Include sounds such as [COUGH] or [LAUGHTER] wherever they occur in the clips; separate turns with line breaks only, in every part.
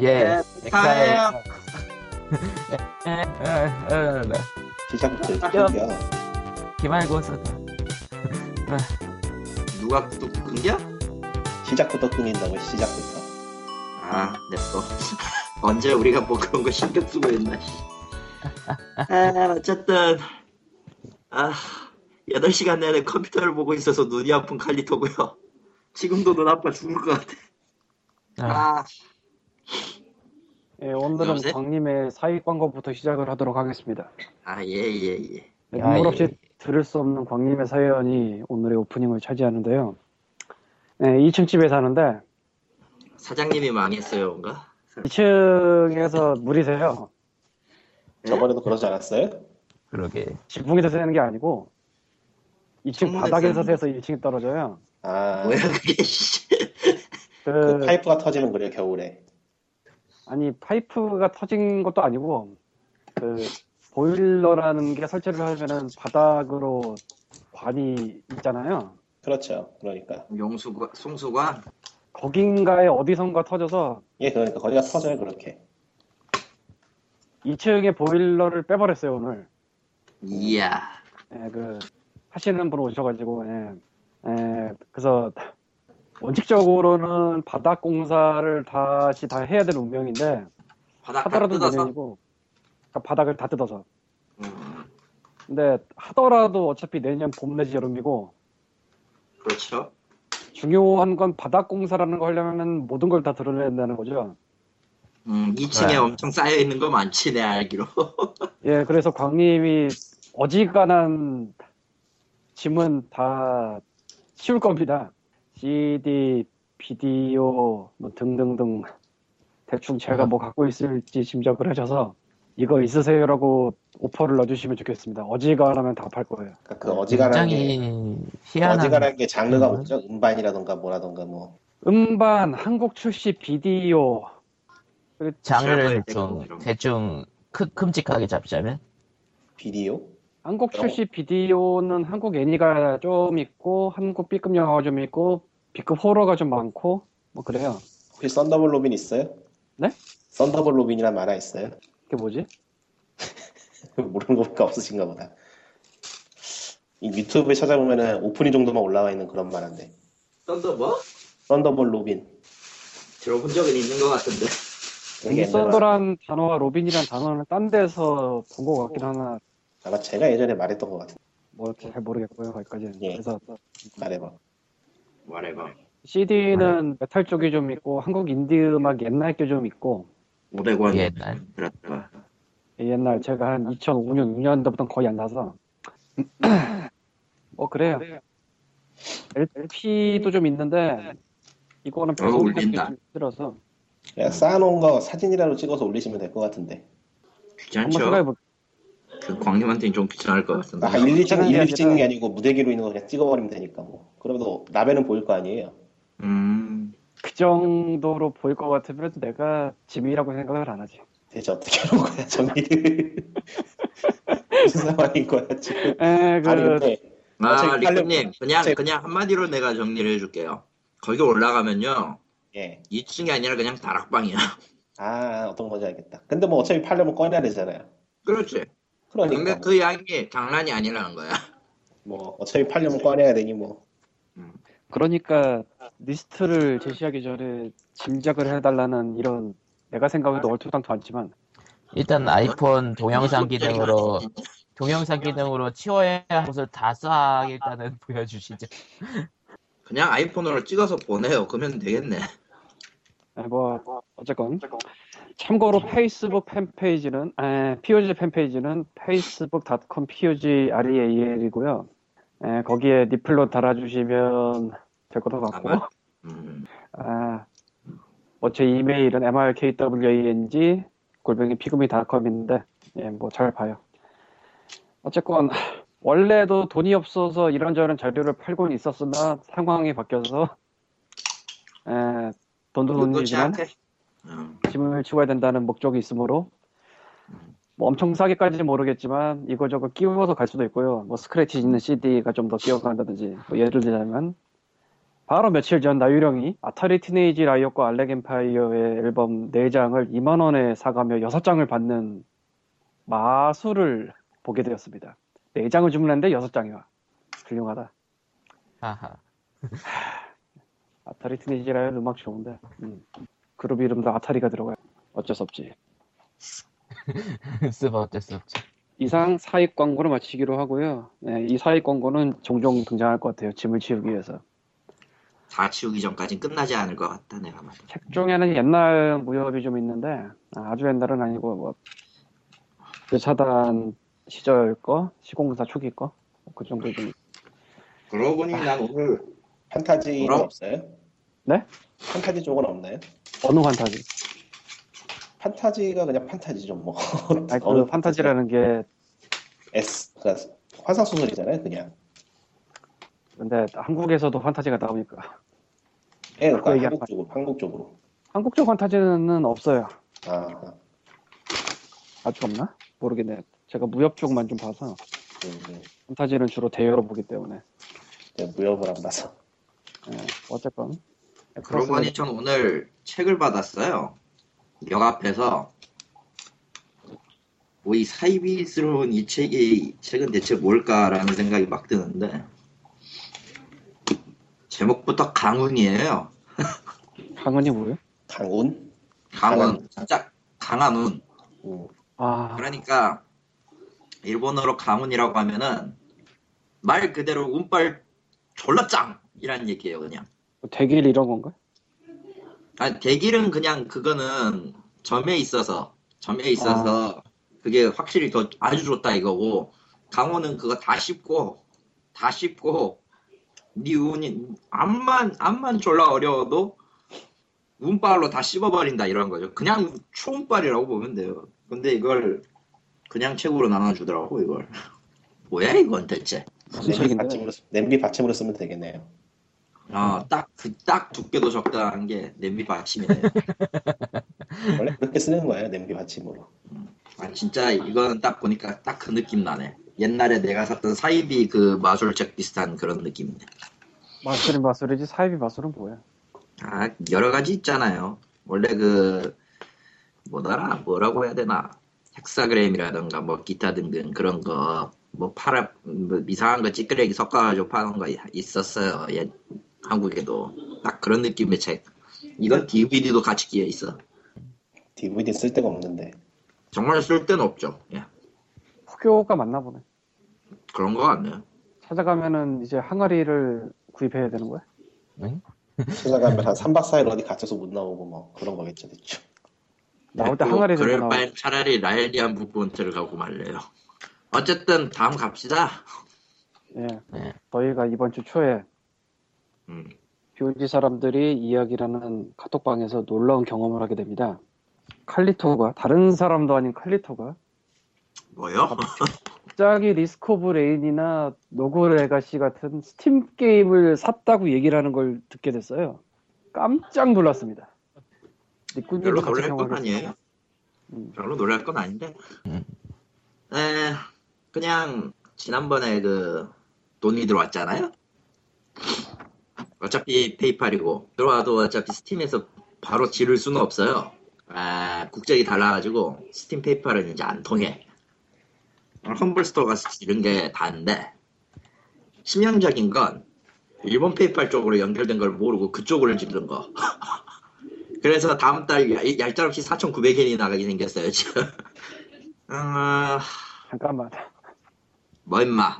Yes.
Fire.
시작부터
아,
시작이야.
네, 기말고사.
누가 또 끊겨?
시작부터 끊인다고 시작부터.
아, 냅둬. [LAUGHS] 언제 우리가 뭐 그런 거 신경 쓰고 있나, 씨. 아, 어쨌든. 아, 8시간 내내 컴퓨터를 보고 있어서 눈이 아픈 칼리토고요 지금도 눈 아파 죽을 것 같아.
아,
아,
예, 오늘은
여보세요?
광님의 사익 광고부터 시작을 하도록 하겠습니다.
아, 예, 예, 예.
네,
야,
눈물
예.
없이 들을 수 없는 광님의 사연이 오늘의 오프닝을 차지하는데요. 네, 2층 집에 사는데
사장님이 망했어요, 뭔가?
2층에서 물이 새요.
음?
저번에도 그러지 않았어요?
그러게.
지붕에서 새는 게 아니고 2층
창문에서
바닥에서
새는
새서 2층에 떨어져요.
아,
뭐야, 그게, 씨.
그,
그 파이프가 터지는 거래요 겨울에.
아니 파이프가 터진 것도 아니고 그 보일러라는 게 설치를 하면은 바닥으로 관이 있잖아요.
그렇죠. 그러니까
용수관, 송수관?
거긴가에 어디선가 터져서
예, 그러니까 거리가 터져요 그렇게.
2층에 보일러를 빼버렸어요 오늘.
이야.
예, 그 하시는 분 오셔가지고 예, 예, 그래서 원칙적으로는 바닥 공사를 다시 다 해야 되는 운명인데
바닥 다
하더라도
뜯어서.
내년이고 그러니까 바닥을 다 뜯어서
음,
근데 하더라도 어차피 내년 봄 내지 여름이고
그렇죠.
중요한 건 바닥 공사라는 거 하려면은 모든 걸 다 드러내야 된다는 거죠.
음, 2층에
네.
엄청 쌓여있는 거 많지, 내 알기로.
예, 그래서 광님이 어지간한 짐은 다 치울 겁니다. CD, 비디오 뭐 등등등 대충 제가 뭐 갖고 있을지 짐작을 하셔서 이거 있으세요라고 오퍼를 넣어주시면 좋겠습니다. 어지간하면 다 팔 거예요.
그러니까 그 어지간한
음,
게
굉장히 희한한.
어지간한 게 장르가
음.
없죠. 음반이라던가 뭐라던가 뭐.
음반, 한국 출시 비디오
장르를
시작할 때가
좀
이런 거.
대충 크, 큼직하게 잡자면
비디오?
한국 출시 비디오는 한국 애니가 좀 있고 한국 B급 영화가 좀 있고 B급 호러가 좀 많고 뭐 그래요.
혹시 썬더볼 로빈 있어요?
네?
썬더볼 로빈이란 만화 있어요? [LAUGHS]
그게 뭐지?
모르는 거니까 없으신가 보다. 이 유튜브에 찾아보면은 오프닝 정도만 올라와 있는 그런 만화인데.
썬더 뭐?
썬더볼 로빈.
들어본 적은 있는 것 같은데.
이 썬더란 단어와 로빈이란 단어는 딴 데서 본 것 같긴 하나
아마 제가 예전에 말했던 것 같은데.
뭐 잘 모르겠고요 거기까지는
예.
그래서
말해봐.
말해봐.
CD는 메탈 쪽이 좀 있고 한국 인디 음악 옛날 게 좀 있고
음.
500원
옛날.
들었다가.
옛날 제가 한 2005년 6년도부터 거의 안 사서 [CLEARS THROAT] 뭐 그래요 LP도 좀 있는데 이거는
어, 울린다.
좀 힘들어서
그냥 쌓아놓은 거 사진이라도 찍어서 올리시면 될 것 같은데.
한번
귀찮죠?
생각해볼게요
그 광님한테는 좀 귀찮을 것 같은데.
아, 일일이 찍,
음. 찍는 게
일일이
아니라-
찍는 게 아니고 무대기로 있는 거 그냥 찍어버리면 되니까 뭐. 그래도 라벨은 보일 거 아니에요.
음,
그 정도로 보일 것 같으면 내가 짐이라고 생각을 안 하지
대체 어떻게 하는 거야 정리를. [LAUGHS] 무슨 상황인 거야 지금.
에, 그,
아니 근데
아,
어차피
리코님, 그냥,
어차피-
그냥 한마디로 내가 정리를 해줄게요. 거기 올라가면요.
예.
2층이 아니라 그냥 다락방이야. [LAUGHS]
아 어떤 건지 알겠다. 근데 뭐 어차피 팔려면 꺼내야 되잖아요.
그렇지.
그러니까
근데
뭐,
그 양이 장난이 아니라는 거야.
뭐 어차피 팔려면 꺼내야 되니 뭐.
그러니까 리스트를 제시하기 전에 짐작을 해달라는 이런 내가 생각해도 얼토당토 않지만
일단 아이폰 동영상
이게 좀
기능으로
짜증이 나지.
동영상 기능으로 치워야 할 곳을 다 싹 일단은 보여주시죠.
그냥 아이폰으로 찍어서 보내요. 그러면 되겠네.
에, 뭐 어쨌건 참고로 페이스북 팬페이지는 아, 에, POG 팬페이지는 facebook.com POG REAL이고요 E 예, 거기에 리플로 달아주시면 될 것도 같고
아마? 음,
아, 뭐제 이메일은 mrkwang 골뱅이 피그미닷컴인데 예, 뭐 잘 봐요. 어쨌건 원래도 돈이 없어서 이런저런 자료를 팔고는 있었으나 상황이 바뀌어서 에, 돈도
그렇지
돈이지만
않게. 음,
짐을 치워야 된다는 목적이 있으므로 뭐 엄청 싸게까지는 모르겠지만 이거저거 끼워서 갈 수도 있고요. 뭐 스크래치 있는 CD가 좀 더 끼워간다든지 뭐 예를 들자면 바로 며칠 전 나유령이 아타리 티네이지 라이엇과 알렉 엠파이어의 앨범 4장을 2만원에 사가며 6장을 받는 마술을 보게 되었습니다. 4장을 주문했는데 6장이 와. 훌륭하다.
하하. [LAUGHS]
아타리 티네이지 라이엇 음악 좋은데. 음. 그룹 이름도 아타리가 들어가요. 어쩔 수 없지.
쓰바 어쩔 수 없지.
이상 사익 광고를 마치기로 하고요. 네, 이 사익 광고는 종종 등장할 것 같아요. 짐을 치우기 위해서.
다 치우기 전까지 끝나지 않을 것 같다 내가 봐도.
책 중에는 옛날 무협이 좀 있는데 아, 아주 옛날은 아니고 뭐그 유차단 시절 거, 시공사 초기 거, 그 정도 좀
그러고 보니 난 오늘
판타지는
뭐라고?
없어요?
네?
판타지 쪽은 없나요?
어느 판타지?
판타지가 그냥 판타지죠 뭐. [LAUGHS]
아니 그
어느
판타지라는 게
S 그러니까 환상 소설이잖아요 그냥.
근데 한국에서도 판타지가 나오니까
예,
그
그러니까
얘기하는
한국 쪽으로 한국 쪽으로.
한국적 판타지는 없어요.
아, 아,
아직 없나? 모르겠네. 제가 무협 쪽만 좀 봐서
음, 음.
판타지는 주로 대여로 보기 때문에
네, 무협을 안 봐서.
예, 어쨌건
그러고 보니 전 오늘 책을 받았어요. 역 앞에서 뭐이 사이비스러운 이 책이 책은 대체 뭘까라는 생각이 막 드는데 제목부터 강운이에요.
강은이 뭐예요?
강운.
강운 진짜 강한 운.
음.
아
그러니까 일본어로 강운이라고 하면은 말 그대로 운빨 졸라 짱이란 얘기예요 그냥
뭐 대길 이런 건가?
아니 대길은 그냥 그거는 점에 있어서 점에 있어서 그게 확실히 더 아주 좋다 이거고 강호는 그거 다 씹고 다 씹고 니 운이 암만 암만 졸라 어려워도 운빨로 다 씹어버린다 이런 거죠 그냥 초운빨이라고 보면 돼요 근데 이걸 그냥 책으로 나눠주더라고 이걸 뭐야 이건 대체
무슨
냄비
책인데?
받침으로 쓰- 냄비 받침으로 쓰면 되겠네요.
어, 아딱그딱 두께도 적당한 게 냄비 받침이네요
원래 그렇게 쓰는 거예요 냄비 받침으로.
아 진짜 이거는 딱 보니까 딱 그 느낌 나네. 옛날에 내가 샀던 사이비 그 마술책 비슷한 그런 느낌이네.
마술이 마술이지 사이비 마술은 뭐야?
아 여러 가지 있잖아요. 원래 그 뭐더라 뭐라고 해야 되나 헥사그램이라든가 뭐 기타 등등 그런 거 뭐 팔아 뭐 이상한 거 찌끄레기 섞어가지고 파는 거 있었어요. 옛 한국에도 딱 그런 느낌의 책. 이건 DVD도 같이 끼어 있어.
DVD 쓸 데가 없는데.
정말 쓸 데는 없죠. 예,
후교가 맞나 보네.
그런 거 같네요.
찾아가면은 이제 항아리를 구입해야 되는 거야?
응?
찾아가면 한 3박 4일 어디 갇혀서 못 나오고 뭐 그런 거겠죠 대충.
나올 때
또
항아리 들고
네, 그럴
나와.
바엔 차라리 라일리안 북본트를 가고 말래요. 어쨌든 다음 갑시다.
예.
네.
저희가 이번 주 초에
음.
비오지 사람들이 이야기라는 카톡방에서 놀라운 경험을 하게 됩니다. 칼리토가 다른 사람도 아닌 칼리토가
뭐요?
갑자기 리스크 오브 레인이나 노고 레가시 같은 스팀 게임을 샀다고 얘기를 하는 걸 듣게 됐어요. 깜짝 놀랐습니다. 니꾸님도
별로
같이
놀랄 건
경험하겠-
아니에요.
음.
별로 놀랄 건 아닌데.
음.
에, 그냥 지난번에 그 돈이 들어왔잖아요. 어차피 페이팔이고 들어와도 어차피 스팀에서 바로 지를 수는 없어요. 아, 국적이 달라가지고 스팀 페이팔은 이제 안 통해. 아, 험블 스토어 가서 지른 게 다인데 치명적인 건 일본 페이팔 쪽으로 연결된 걸 모르고 그쪽으로 지른 거. 그래서 다음 달 얄- 얄짤없이 4,900엔이 나가게 생겼어요 지금. [LAUGHS] 어,
잠깐만.
뭐 임마.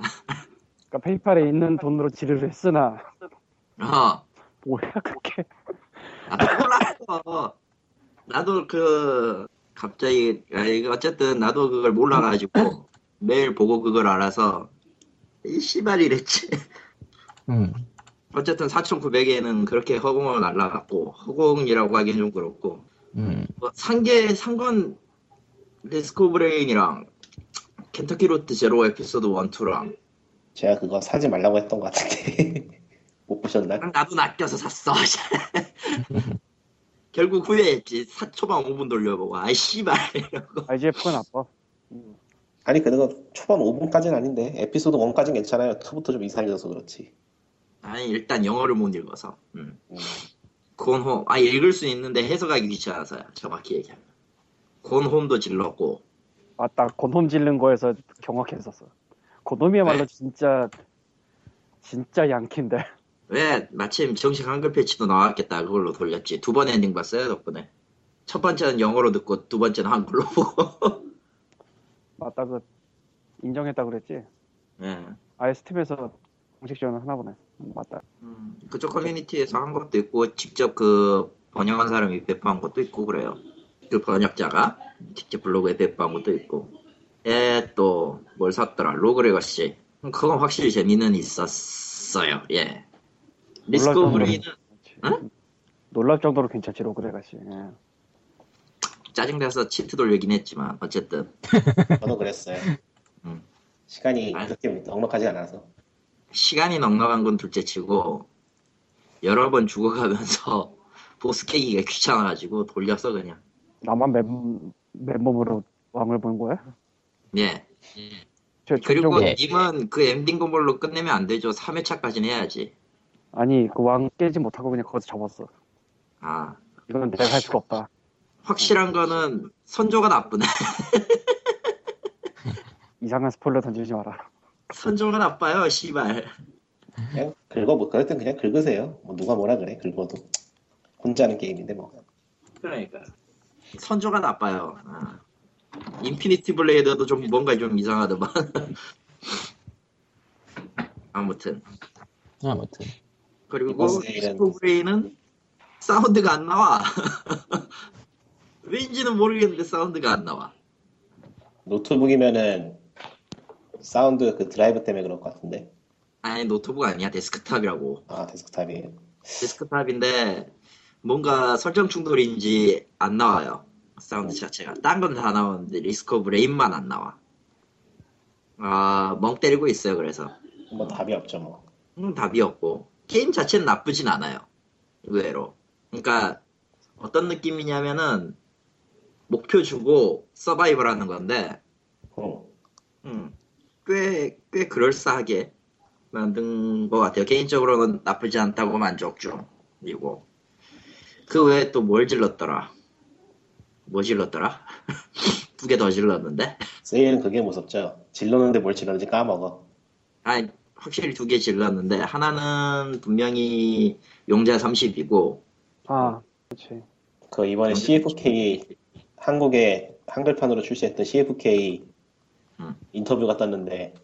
그러니까 페이팔에 있는 돈으로 지를 했으나
어,
뭐야 그게?
나도 몰랐어. 나도 그 갑자기 아, 이거 어쨌든 나도 그걸 몰라가지고 매일 보고 그걸 알아서 이 씨발 이랬지. [LAUGHS]
음.
어쨌든 4,900엔은 그렇게 허공을 날라갔고 허공이라고 하긴 좀 그렇고
음.
뭐 상계 상건 리스코브레인이랑 켄터키 로트 제로 에피소드 1, 2랑
제가 그거 사지 말라고 했던 것 같은데 [LAUGHS] 못 보셨나?
나도 낚여서 샀어 [LAUGHS] 결국 후회했지 사, 초반 5분 돌려보고 아이 씨발
IGF가 아, 나빠.
아니 그래도 초반 5분까지는 아닌데 에피소드 1까지는 괜찮아요. 2부터 좀 이상해져서 그렇지.
아니 일단 영어를 못 읽어서. 음.
음.
곤홈 아 읽을 수 있는데 해석하기 귀찮아서요. 정확히 얘기하면. 곤홈도 질렀고
맞다 곤놈 질른 거에서 경악했었어 곤놈이야말로 진짜 진짜 양키인데
왜 마침 정식 한글 패치도 나왔겠다 그걸로 돌렸지. 두 번 엔딩 봤어요 덕분에. 첫 번째는 영어로 듣고 두 번째는 한글로 보고. [LAUGHS]
맞다 그 인정했다 그랬지
예.
아예 스팀에서 공식 지원을 하나 보네 음, 맞다
음, 그쪽 커뮤니티에서 한 것도 있고 직접 그 번역한 사람이 배포한 것도 있고 그래요. 그 번역자가 직접 블로그에 배포한 것도 있고. 예, 또 뭘 샀더라? 로그레거시. 그건 확실히 재미는 있었어요. 예. 리스크브리는
괜찮지. 놀랄 정도로 괜찮지 로그레가시 예.
짜증나서 치트 돌리긴 했지만 어쨌든
저도
[LAUGHS]
그랬어요.
음.
시간이
아니.
그렇게 넉넉하지 않아서.
시간이 넉넉한 건 둘째치고 여러 번 죽어가면서 [LAUGHS] 보스 깨기가 귀찮아가지고 돌려서 그냥.
나만 맨, 맨몸으로 왕을 본 거야?
예.
저
그리고
종종-
네.
예.
님은 그 엔딩 건물로 끝내면 안 되죠. 3회차까지는 해야지.
아니 그 왕 깨지 못하고 그냥 거기서 접었어
아,
이건 내가 할 수가 없다
네.
확실한 거는 선조가 나쁘네. [LAUGHS]
이상한 스포일러 던지지 마라
선조가 나빠요, 씨발.
그냥 긁어 뭐 그랬든 그냥 긁으세요. 뭐 누가 뭐라 그래 긁어도 혼자 하는 게임인데 뭐.
그러니까. 선조가 나빠요. 아. 인피니티 블레이드도 좀 뭔가 좀 이상하더만. [LAUGHS] 아무튼.
아무튼
그리고
이번 세일은-
스포브레이는 사운드가 안 나와. [LAUGHS] 왠지는 모르겠는데 사운드가 안 나와.
노트북이면은 사운드 그 드라이브 때문에 그럴 것 같은데.
아니, 노트북 아니야. 데스크탑이라고.
아 데스크탑이
데스크탑인데 뭔가 설정 충돌인지 안 나와요 사운드 자체가 딴 건 다 나오는데 리스크 오브 레인만 안 나와 아멍 때리고 있어요 그래서
뭐 답이 없죠 뭐.
음, 답이 없고 게임 자체는 나쁘진 않아요 의외로 그러니까 어떤 느낌이냐면은 목표 주고 서바이벌 하는 건데
응.
음, 꽤, 꽤 그럴싸하게 만든 것 같아요. 개인적으로는 나쁘지 않다고 만족 중이고. 그 외에 또 뭘 질렀더라? 뭐 질렀더라? [LAUGHS] 두 개 더 질렀는데?
세일은 그게 무섭죠. 질렀는데 뭘 질렀는지 까먹어.
아니, 확실히 두 개 질렀는데, 하나는 분명히 용자 30이고,
아 그렇지
그
음.
이번에 CFK 한국에 한글판으로 출시했던 CFK
음.
인터뷰가 떴는데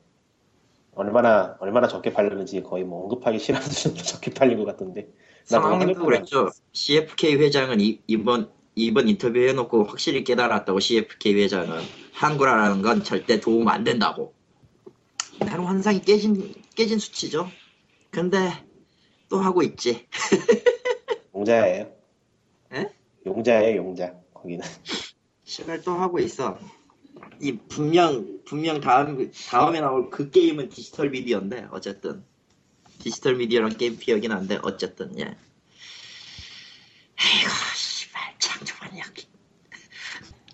얼마나 얼마나 적게 팔렸는지 거의 뭐 언급하기 싫어하수도 [LAUGHS] 적게 팔린 것 같던데. 나도
상황님도
한글판으로
그랬죠. CFK 회장은 이, 이번, 이번 인터뷰 해놓고 확실히 깨달았다고 CFK 회장은 한글화라는 건 절대 도움 안 된다고. 나름 환상이 깨진, 깨진 수치죠. 근데 또 하고 있지.
용자예요.
에?
용자예요, 용자. 거기는 [LAUGHS]
시발 또 하고 있어. 이 분명, 분명 다음, 다음에 나올 그 게임은 디지털 미디어인데, 어쨌든. 디지털 미디어랑 게임 피하긴 한데, 어쨌든, 예. 에이구, 씨발, 창조만 여기.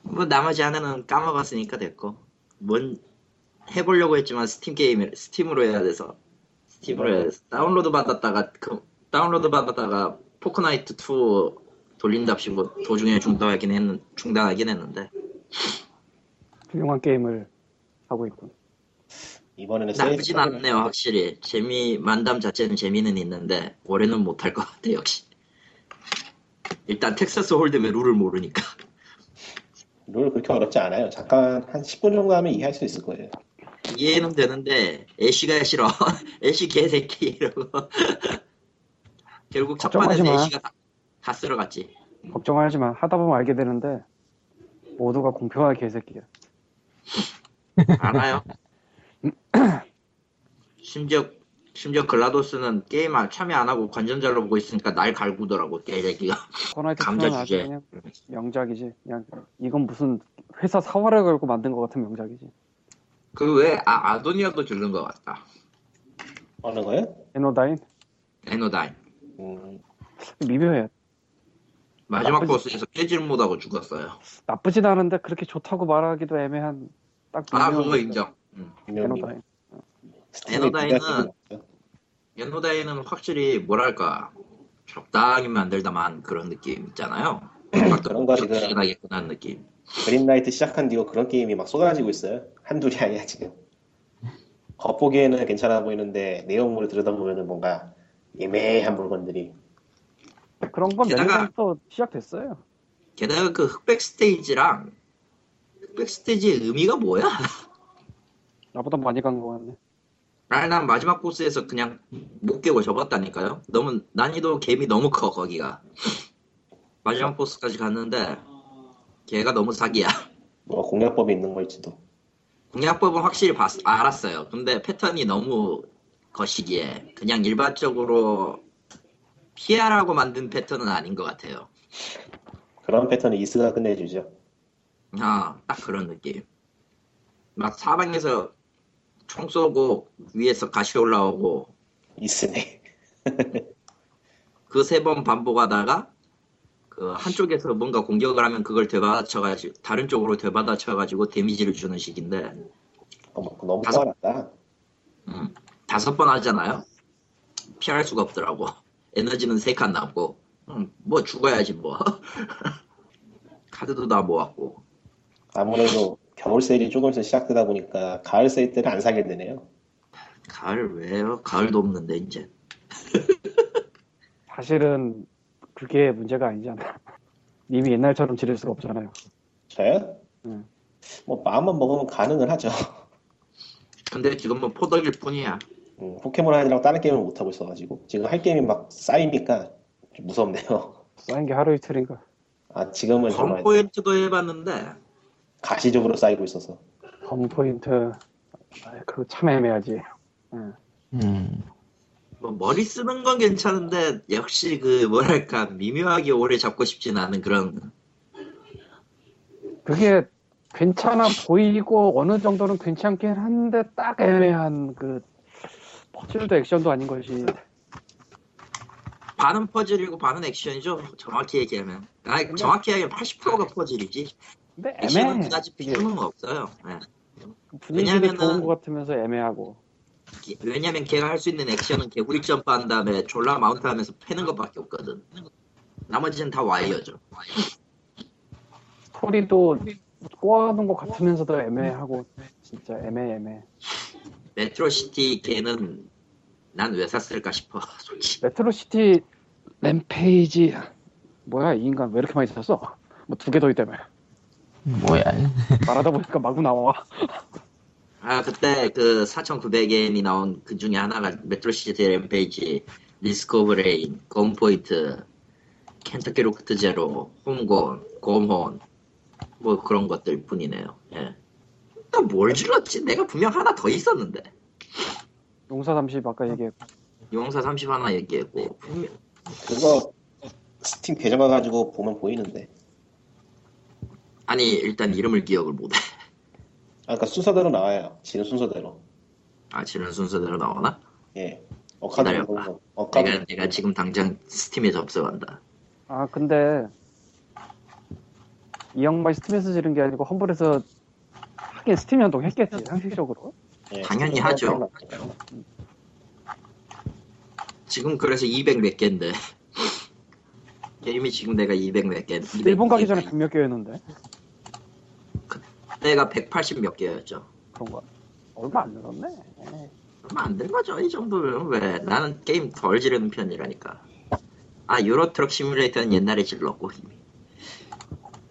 뭐, 나머지 하나는 까먹었으니까 됐고. 뭔, 해보려고 했지만, 스팀 게임, 스팀으로 해야 돼서. 스팀으로 해야 돼서. 다운로드 받았다가, 그, 다운로드 받았다가, 포크나이트 2 돌린답시고, 도중에 중단하긴 했는, 중단하긴 했는데.
훌륭한 게임을 하고 있군
이번에는
나쁘진
세일판으로
않네요 확실히 재미 만담 자체는 재미는 있는데 올해는 못할 것 같아 역시 일단 텍사스 홀덤의 룰을 모르니까 [LAUGHS]
룰 그렇게 어렵지 않아요. 잠깐 한 10분 정도 하면 이해할 수 있을 거예요.
이해는 되는데 애쉬가 싫어 [LAUGHS] 애쉬 개새끼 이러고 [LAUGHS] 결국 첫
걱정하지
판에서
마.
애쉬가 다, 다 쓸어갔지
걱정하지 마 하다 보면 알게 되는데 모두가 공평하게 개새끼야
알아요
[LAUGHS]
심지어 심지어 글라도스는 게임 아, 참여 안 하고 관전자로 보고 있으니까 날 갈구더라고 개새끼가
코나이트
감자
투는 아주
주제.
그냥 명작이지 그냥 이건 무슨 회사 사활을 걸고 만든 것 같은 명작이지
그 외에 아, 아도니아도 들른 것 같다
어느 거요?
에노다인
에노다인
음,
미묘해
마지막
나쁘지-
보스에서 깨질 못하고 죽었어요.
나쁘진 않은데 그렇게 좋다고 말하기도 애매한 딱
아
미묘한
그거 인정. 음.
분명히
에노다인
스팀에
에너다이는
비교할 수는 없죠.
연노다이는 확실히 뭐랄까 적당히 만들다만 그런 느낌 있잖아요. [CLEARS THROAT] 그런
그런 거 지금-
적당하게 끝난 느낌.
그린라이트 시작한 뒤로 그런 게임이 막 쏟아지고 있어요. 한둘이 아니야 지금. 겉보기에는 괜찮아 보이는데 내용물을 들여다보면은 뭔가 예매한 물건들이
그런 건 몇 년
게다가-
전부터 시작됐어요.
게다가 그 흑백 스테이지랑 흑백 스테이지의 의미가 뭐야? [LAUGHS]
나보다 많이 간 것 같네.
아니, 난 마지막 보스에서 그냥 못 깨고 접었다니까요. 너무 난이도 갭이 너무 커 거기가. [SNIFFS] 마지막 보스까지 갔는데 걔가 너무 사기야. [LAUGHS]
뭐 공략법이 있는 걸지도.
공략법은 확실히 봤, 알았어요. 근데 패턴이 너무 거시기에 그냥 일반적으로 피하라고 만든 패턴은 아닌 것 같아요.
그런 패턴은 이스가 끝내주죠.
아, 딱 그런 느낌. 막 사방에서 총 쏘고 위에서 가시 올라오고
이스네. [LAUGHS]
그 세 번 반복하다가 그 한쪽에서 뭔가 공격을 하면 그걸 되받아쳐가지고 다른 쪽으로 되받아쳐가지고 데미지를 주는 식인데
어머, 그거 너무
다섯-
화났다.
음, 다섯 번 하잖아요. 피할 수가 없더라고. 에너지는 세 칸 남고 음, 뭐 죽어야지 뭐. [LAUGHS] 카드도 다 모았고
아무래도 겨울 세일이 조금씩 시작되다 보니까 가을 세일 때는 안 사게 되네요.
가을 왜요? 가을도 없는데 이제
사실은 그게 문제가 아니잖아. [LAUGHS] 님이 옛날처럼 지낼 수가 없잖아요.
저요?
음.
뭐 마음만 먹으면 가능은 하죠. [LAUGHS]
근데 지금 뭐 포덕일 뿐이야.
음, 포켓몬 아니랑 다른 게임을 못 하고 있어가지고 지금 할 게임이 막 쌓이니까 좀 무섭네요. [LAUGHS]
쌓인 게 하루 이틀인가.
아 지금은 정말
컴포인트도 해봤는데
가시적으로 쌓이고 있어서
건 포인트. 아, 그거 참 애매하지.
음.
뭐 머리 쓰는 건 괜찮은데 역시 그 뭐랄까 미묘하게 오래 잡고 싶진 않은 그런
그게 괜찮아 보이고 어느 정도는 괜찮긴 한데 딱 애매한 그 퍼즐도 액션도 아닌 것이
반은 퍼즐이고 반은 액션이죠 정확히 얘기하면 아니 정확히 얘기하면 80%가 퍼즐이지
근데
액션은
애매해
그다지
이게.
비중은 없어요 예.
분위기도
왜냐면은-
좋은 것 같으면서 애매하고
기- 왜냐면 걔가 할 수 있는 액션은 개구리 점프한 다음에 졸라 마운트 하면서 패는 것밖에 없거든 나머지는 다 와이어죠
스토리도 꼬아놓은 것 같으면서도 애매하고 진짜 애매 애매
메트로시티 걔는 난 왜 샀을까 싶어 [LAUGHS] 솔직히
메트로시티 램페이지 뭐야 이 인간 왜 이렇게 많이 썼어? 뭐 두 개 더 있다며
뭐야.
말하다 보니까 마구 나와
아 그때 그 4,900엔이 나온 그 중에 하나가 메트로시티 램페이지 리스크 오브 레인 건포인트 켄터키 로크트 제로 홈곤 곰혼 뭐 그런 것들 뿐이네요 예. 나뭘 질렀지 내가 분명 하나 더 있었는데
용사 30 아까 얘기했고
용사 30 하나 얘기했고 분명-
그거 스팀 계정화 가지고 보면 보이는데
아니 일단 이름을 기억을 못해
아까 그러니까 순서대로 나와요. 지금 순서대로
아 지는 순서대로 나오나?
예 어카드
기다려봐.
보고, 어카드
아,
뭐.
내가, 내가 지금 당장 스팀에 접속한다
아 근데 이 양반이 스팀에서 지른 게 아니고 험블에서 하긴 스팀 연동 했겠지
네.
상식적으로
예,
당연히 하죠.
순서대로 나와요.
지금 그래서 200 몇 개인데 게임이 지금 내가 200 몇 개. 200
일본 가기
몇
전에
개.
백몇 개였는데
내가 180 몇 개였죠.
그런 거 얼마 안 늘었네 에이,
얼마 안 된 거죠 이 정도면 왜? 나는 게임 덜 지르는 편이라니까. 아 유로트럭 시뮬레이터는 옛날에 질렀고 이미.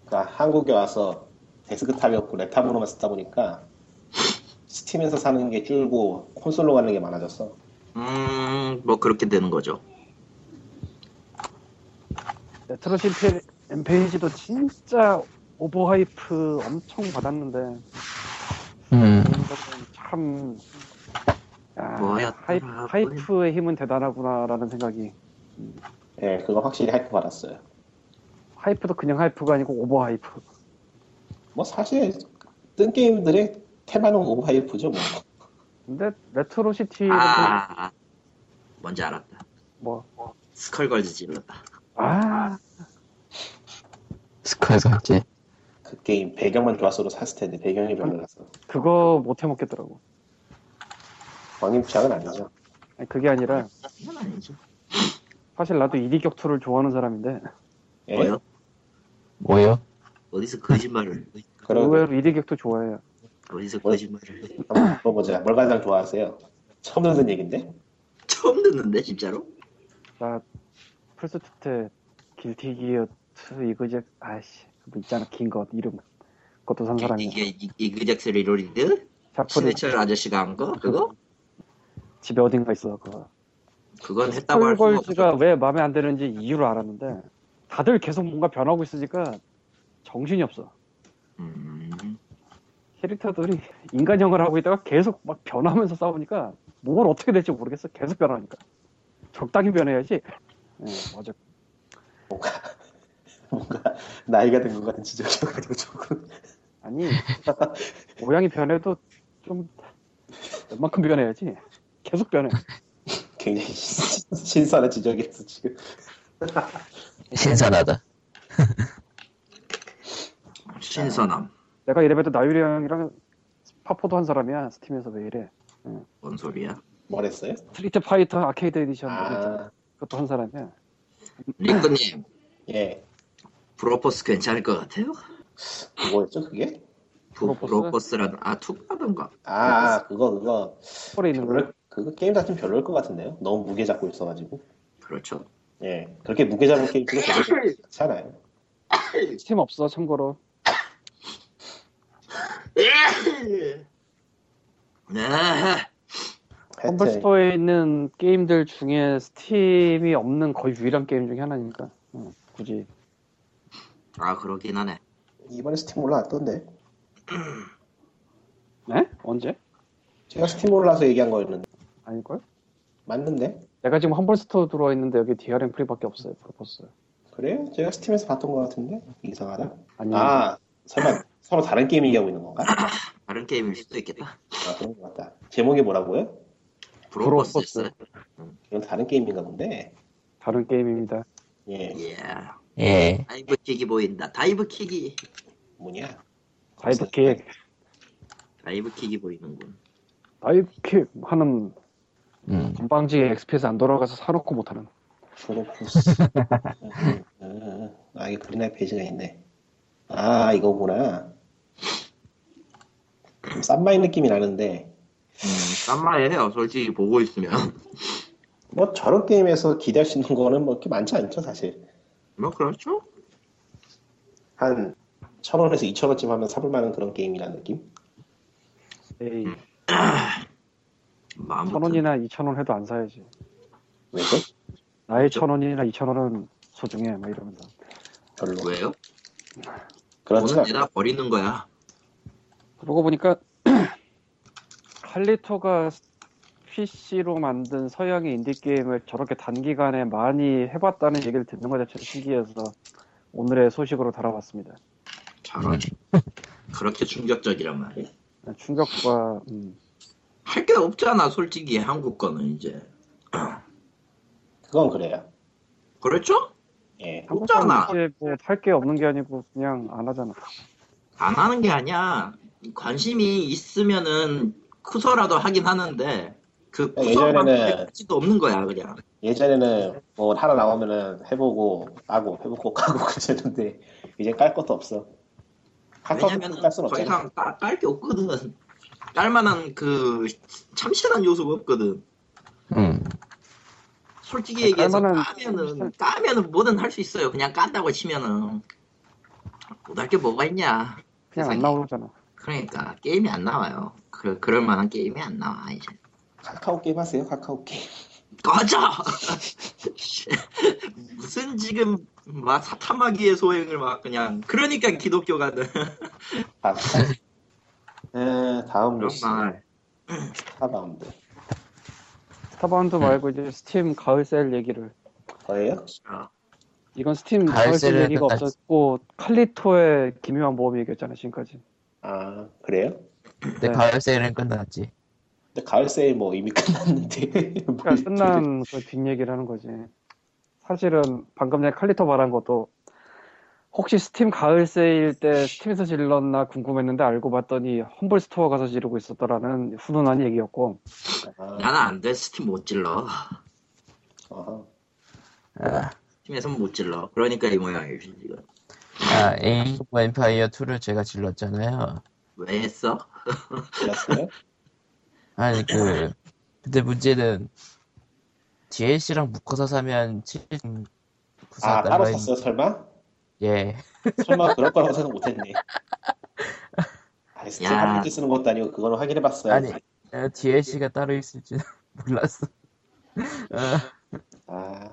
그러니까 한국에 와서 데스크탑이었고 랩탑으로만 쓰다 보니까 스팀에서 사는 게 줄고 콘솔로 가는 게 많아졌어.
음뭐 그렇게 되는 거죠.
레트로시티 네, 엠페이지도 진짜 오버하이프 엄청 받았는데
음.
참 야,
뭐였더라,
하이, 하이프의 힘은 대단하구나라는 생각이
예, 그거 확실히 하이프 받았어요.
하이프도 그냥 하이프가 아니고 오버하이프
뭐 사실 뜬 게임들의 테마는 오버하이프죠 뭐.
근데 레트로시티
아 아, 뭔지 알았다.
뭐아 아,
스컬걸즈 질렀다.
스컬 삭제.
그 게임 배경만 좋았어도 샀을 텐데
음.
배경이 별로라서
그거 못 해먹겠더라고
광인 취향은 아니죠.
아니, 그게 아니라
이건 아니죠.
사실 나도 이리 격투를 좋아하는 사람인데
예?
뭐요?
뭐요?
어디서
[LAUGHS]
거짓말을?
그럼
의외로 이리 격투 좋아해요.
어디서
뭐?
거짓말을?
한번 물어보자. 뭘 가장 좋아하세요? 처음 듣는 얘긴데?
처음 듣는데 진짜로?
나 플스 2때 길티 기어 2 이거제 아씨 그거 있잖아 긴 것 이름 그것도 산 사람이야.
이게 이- 이그잭스 리롤인데
작품
신해철 아저씨가 한 거? 그거?
집에 어딘가 있어 그거.
그건 했다고 할 수가 없죠.
헐걸즈가 왜 마음에 안 드는지 이유를 알았는데 다들 계속 뭔가 변하고 있으니까 정신이 없어.
음,
캐릭터들이 [LAUGHS] 인간형을 하고 있다가 계속 막 변하면서 싸우니까 뭘 어떻게 될지 모르겠어. 계속 변하니까. 적당히 변해야지. 예, 맞아.
뭔가 나이가 든 것 같은 지적이어가지고 조금
아니 [LAUGHS] 모양이 변해도 좀 웬만큼 변해야지. 계속 변해.
굉장히 신- 신선한 지적이라서 지금
신선하다.
신선함.
내가 이래봬도 나유리 형이랑 파포도 한 사람이야. 스팀에서 왜 이래.
뭔 소리야?
뭐랬어요?
스트리트 파이터 아케이드 에디션 그거 있잖아.
아,
그것도 한 사람이야. 음.
리코님
예.
브로포스 괜찮을 것 같아요?
뭐였죠 그게?
부,
브로포스?
브로포스라는 아 투바던가
아, 아, 그거 그거
폴에 있는 거.
별로 그거 게임 자체는 별로일 것 같은데요? 너무 무게 잡고 있어가지고
그렇죠.
예 그렇게 무게 잡은 게임 중에 별로 괜찮아요.
스팀 없어 참고로.
네.
험블
하여튼
스토어에 있는 게임들 중에 스팀이 없는 거의 유일한 게임 중에 하나니까 응, 굳이
아 그러긴 하네.
이번에 스팀 올라왔던데
네? 언제?
제가 스팀 올라와서 얘기한 거였는데
아닐걸?
맞는데?
내가 지금 험블 스토어 들어와 있는데 여기 DRM 프리밖에 없어요 프로포스
그래요? 제가 스팀에서 봤던 것 같은데 이상하다.
아니 아.
아 설마 서로 다른 게임 얘기하고 있는 건가?
다른 게임일 수도 있겠다.
아 그런 것 같다. 제목이 뭐라고요?
브로포스였어요.
이건 다른 게임인가 본데.
다른 게임입니다
예,
예.
예.
다이브킥이 보인다. 다이브킥이.
뭐냐?
다이브킥
다이브킥이 보이는군.
다이브킥 하는
음.
건방지 XP에서 안 돌아가서 사놓고 못하는
브로포스. 음, 음. 아 이게 브리나 페이지가 있네. 아 이거구나. 좀 쌈마이 느낌이 나는데
깜마예요. 솔직히 음, 보고 있으면 [LAUGHS]
뭐 저런 게임에서 기대할 수 있는 거는 뭐 그렇게 많지 않죠 사실.
뭐 그렇죠.
한 천 원에서 이천 원쯤 하면 사볼 만한 그런 게임이라는 느낌?
에이
음. 뭐
천
아무튼
원이나 이천 원 해도 안 사야지
왜죠?
나의 천 원이나 이천 원은 소중해 막 이러면서
별로.
왜요?
그렇지
돈은
않
내다 버리는 거야.
그러고 보니까 [CLEARS THROAT] 칼리토가 PC로 만든 서양의 인디 게임을 저렇게 단기간에 많이 해봤다는 얘기를 듣는 것 자체가 신기해서 오늘의 소식으로 달아봤습니다.
잘하지.
음.
[LAUGHS] 그렇게 충격적이란 말이야.
네, 충격과 음,
할 게 없잖아. 솔직히 한국 거는 이제
그건 그래요.
그렇죠?
예.
한국
없잖아.
사람들 뭐할게 없는 게 아니고 그냥 안 하잖아.
안 하는 게 아니야. 관심이 있으면은 쿠서라도 하긴 하는데 그
네, 예전에는-
쿠서만큼의 가치도 없는 거야 그냥.
예전에는 뭐 하나 나오면은 해보고 까고 해보고 까고 [LAUGHS] 그랬는데 이제 깔 것도 없어. 카카오톡
왜냐면은
깔 수는
더
없잖아.
이상 깔 게 없거든. 깔만한 그 참신한 요소가 없거든.
음.
솔직히 얘기해서
깔만한
까면은 까면은 뭐든 할 수 있어요. 그냥 깐다고 치면은 못할 게 뭐가 있냐.
그냥 안
세상에.
나오잖아.
그러니까 게임이 안 나와요. 그 그럴 만한 게임이 안 나와 이제.
카카오 게임 하세요? 카카오 게임.
꺼져. [LAUGHS] 무슨 지금 막 사탐하기의 소행을 막 그냥 그러니까 기독교가 늘
아,
네.
에, 네, 다음
그런
뉴스.
말.
스타바운드.
스타바운드 말고 이제 스팀 가을 세일 얘기를
거예요?
이건 스팀
가을
가을 세일
세일은
얘기가
나-
없었고 칼리토의 기묘한 모험 얘기였잖아 지금까지.
아 그래요?
근데
네.
가을 세일은 끝났지.
근데 가을 세일 뭐 이미 끝났는데. [LAUGHS] 뭘
그러니까 끝난 그 뒷얘기를 하는 거지. 사실은 방금 전에 칼리터 말한 것도 혹시 스팀 가을 세일 때 스팀에서 질렀나 궁금했는데 알고 봤더니 험블 스토어 가서 지르고 있었더라는 훈훈한 얘기였고
아,
나는 안 돼. 스팀 못 질러.
어허.
스팀에서는 못 질러. 그러니까 이 모양이지 지금.
아, 에이 오브 엠파이어 2를 제가 질렀잖아요.
왜 했어?
몰랐어요?
아니 그 근데 문제는 DLC랑 묶어서 사면 7 9
아, 따로 샀어요, 설마?
예.
설마 그럴 거라고 생각 못했네. 아, 스팀
야.
홈페이지 쓰는 것도 아니고 그거는 확인해봤어요.
아니 DLC가 따로 있을지는 [LAUGHS] 몰랐어. 아,
아,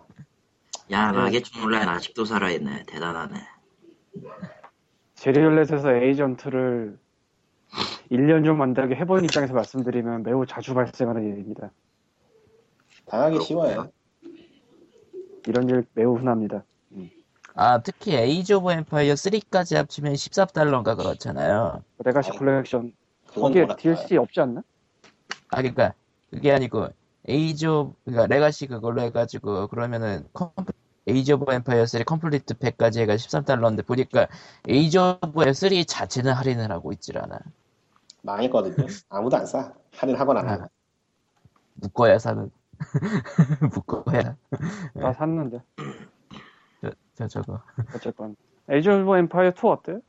야 마계충 온라인 아직도 살아있네. 대단하네.
제리얼렛에서 에이전트를 1년 좀 안되게 해본 입장에서 말씀드리면 매우 자주 발생하는 일입니다.
당하기 쉬워요.
이런 일 매우 흔합니다.
아, 특히 에이즈 오브 엠파이어 3까지 합치면 14달러인가 그렇잖아요.
레가시 컬렉션
그건
거기에
몰랐어요.
DLC 없지 않나?
아 그러니까 그게 아니고 에이즈 오브 그러니까 레가시 그걸로 해가지고 그러면은 컴플- 에이즈 오브 엠파이어 3 컴플리트 팩까지 해가 13달러인데 보니까 에이즈 오브 엠파이어 3 자체는 할인을 하고 있질 않아.
망했거든요. 아무도 안 사. 할인하거나 안 하고.
[LAUGHS] 묶어야 사는 [LAUGHS] 묶어야
나 샀는데
저 저거
어쨌건 에이즈 오브 엠파이어 2 어때요?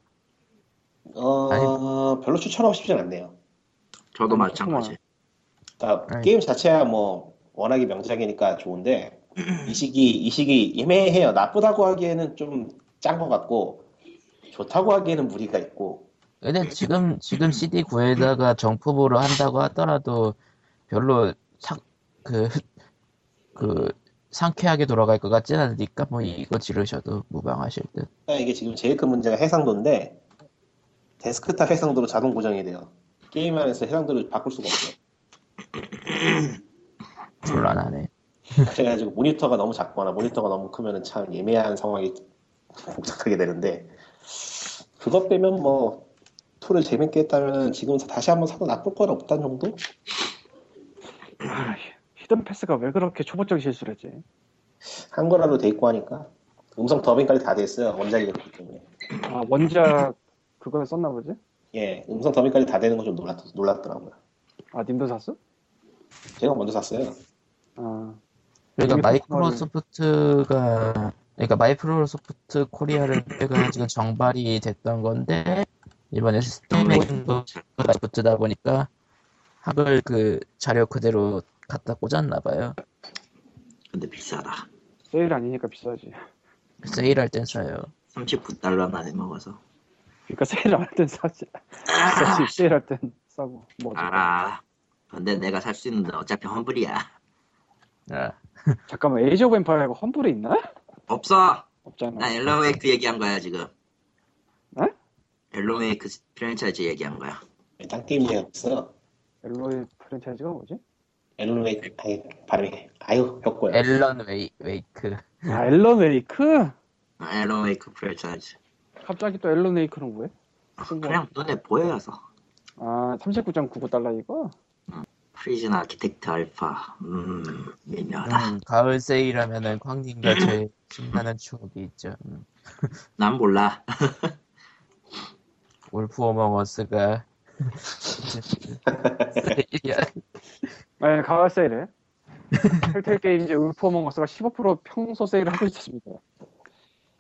아.
어, 별로 추천하고 싶진 않네요.
저도
음,
마찬가지.
그러니까
아니.
게임 자체야 뭐 워낙에 명작이니까 좋은데 이 시기 이 시기 예매해요. 나쁘다고 하기에는 좀 짠 것 같고 좋다고 하기에는 무리가 있고
근데 지금 지금 CD9에다가 정품으로 한다고 하더라도 별로 상그그 그 상쾌하게 돌아갈 것 같진 않으니까 뭐 이거 지르셔도 무방하실 듯.
그러니까 이게 지금 제일 큰 문제가 해상도인데 데스크탑 해상도로 자동 고정이 돼요. 게임 안에서 해상도를 바꿀 수가 없어요.
곤란하네.
그래가지고 모니터가 너무 작거나 모니터가 너무 크면 참 예매한 상황이 복잡하게 되는데 그것 빼면 뭐 툴을 재밌게 했다면 지금 다시 한번 사도 나쁠 건 없다는 정도?
아, 히든 패스가 왜 그렇게 초보적 실수를 했지?
한 거라도 돼 있고 하니까 음성 더빙까지 다 돼 있어요 원작이기 때문에
아 원작 그걸 썼나 보지?
예 음성 더빙까지 다 되는 건 좀 놀랐, 놀랐더라고요
아 님도 샀어?
제가 먼저 샀어요
아
그러니까
이미
마이크로소프트가 그러니까 마이크로소프트 코리아를 빼가 지금 정발이 됐던 건데 이번에
음.
스팀에도 붙다 보니까 한글 그 자료 그대로 갖다 꽂았나 봐요.
근데 비싸다.
세일 아니니까 비싸지.
세일할 땐 사요.
39달러나 해먹어서.
그러니까 세일 안 할 땐 싸지. 사실 세일할 땐 싸고 뭐 어쨌든.
알아. 근데 내가 살 수 있는데 어차피 험블이야.
아,
잠깐만 에이즈 오브 엠파이어가 험블이 있나?
없어.
없잖아.
나 엘로웨이크 얘기한 거야 지금.
어?
엘로웨이크 프랜차이즈 얘기한 거야.
예, 딴 게임 이야기 없어
엘로이 프랜차이즈가 뭐지?
엘로웨이 아이 발음이 아유 벽고요
앨런 웨이, 웨이크.
아 앨런 웨이크?
아, 엘로웨이크 프랜차이즈.
갑자기 또 앨런 웨이크는 왜?
아,
그거.
그냥 눈에 보여서.
아 39.99달러 이거?
프리즌 아키텍트 알파. 음 미묘하다.
음, 가을 세일하면은 광님과 제 신나는 추억이 있죠. 음,
난 몰라.
울프 [LAUGHS]
[LAUGHS]
어멍어스가 세일이야.
네 가을 세일에 텔텔 게임즈 울포몽어스가 15% 평소 세일을 하고 있었습니다.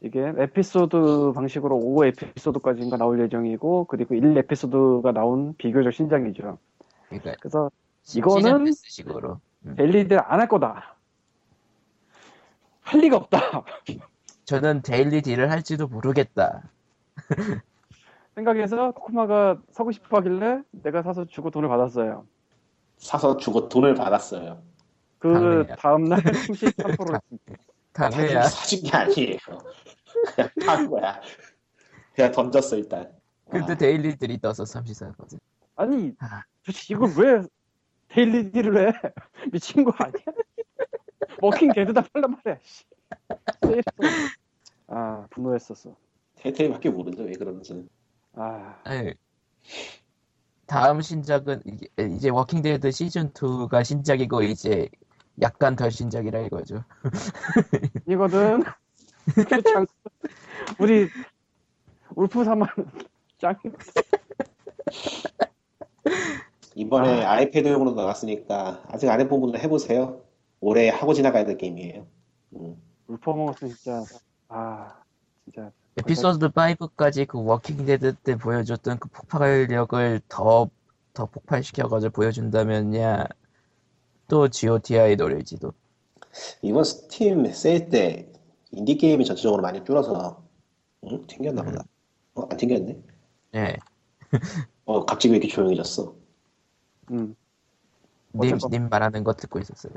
이게 에피소드 방식으로 5 에피소드까지인가 나올 예정이고 그리고 1 에피소드가 나온 비교적 신작이죠.
그러니까
그래서
시즌
이거는
패스식으로.
벨리드 안 할 거다. 할 리가 없다. [LAUGHS]
저는 데일리 딜을 할지도 모르겠다.
생각해서 코코마가 사고 싶어 하길래 내가 사서 주고 돈을 받았어요.
사서 주고 돈을 받았어요
그
당연히요.
다음날 [LAUGHS] 33%를 아,
강해야
사준 게 아니에요 그냥 판 거야 그냥 던졌어 일단 아,
근데
아.
와,
데일리 딜이 떠서 34거든.
아니 도대체 이걸 왜 데일리 딜을 해? [LAUGHS] 미친 거 아니야? 먹힌 개드다 팔란 말이야. 씨. 세일했어. 아 분노했었어.
테이테이밖에 모르죠 왜 그런지
아
아니, 네. 다음 신작은 이제, 이제 워킹 데드 시즌 2가 신작이고 이제 약간 덜 신작이라 이거죠.
이거든. 그렇지 않고 우리 울프 3만원 짱
이번에 아. 이패드용으로 나왔으니까 아직 안 해본 분들 해보세요. 올해 하고 지나가야 될 게임이에요. 음.
울프 어몽어스 진짜 아 진짜
에피소드 5까지 그 워킹 데드 때 보여줬던 그 폭발력을 더, 더 폭발시켜가지고 보여준다면야, 또 GOTI 노래지도.
이번 스팀 세일 때 인디 게임이 전체적으로 많이 줄어서 응? 튕겼나 보다. 어, 안 튕겼네.
예.
어, 갑자기 왜 이렇게 조용해졌어?
음
님,
어쨌건.
님 말하는 거 듣고 있었어요.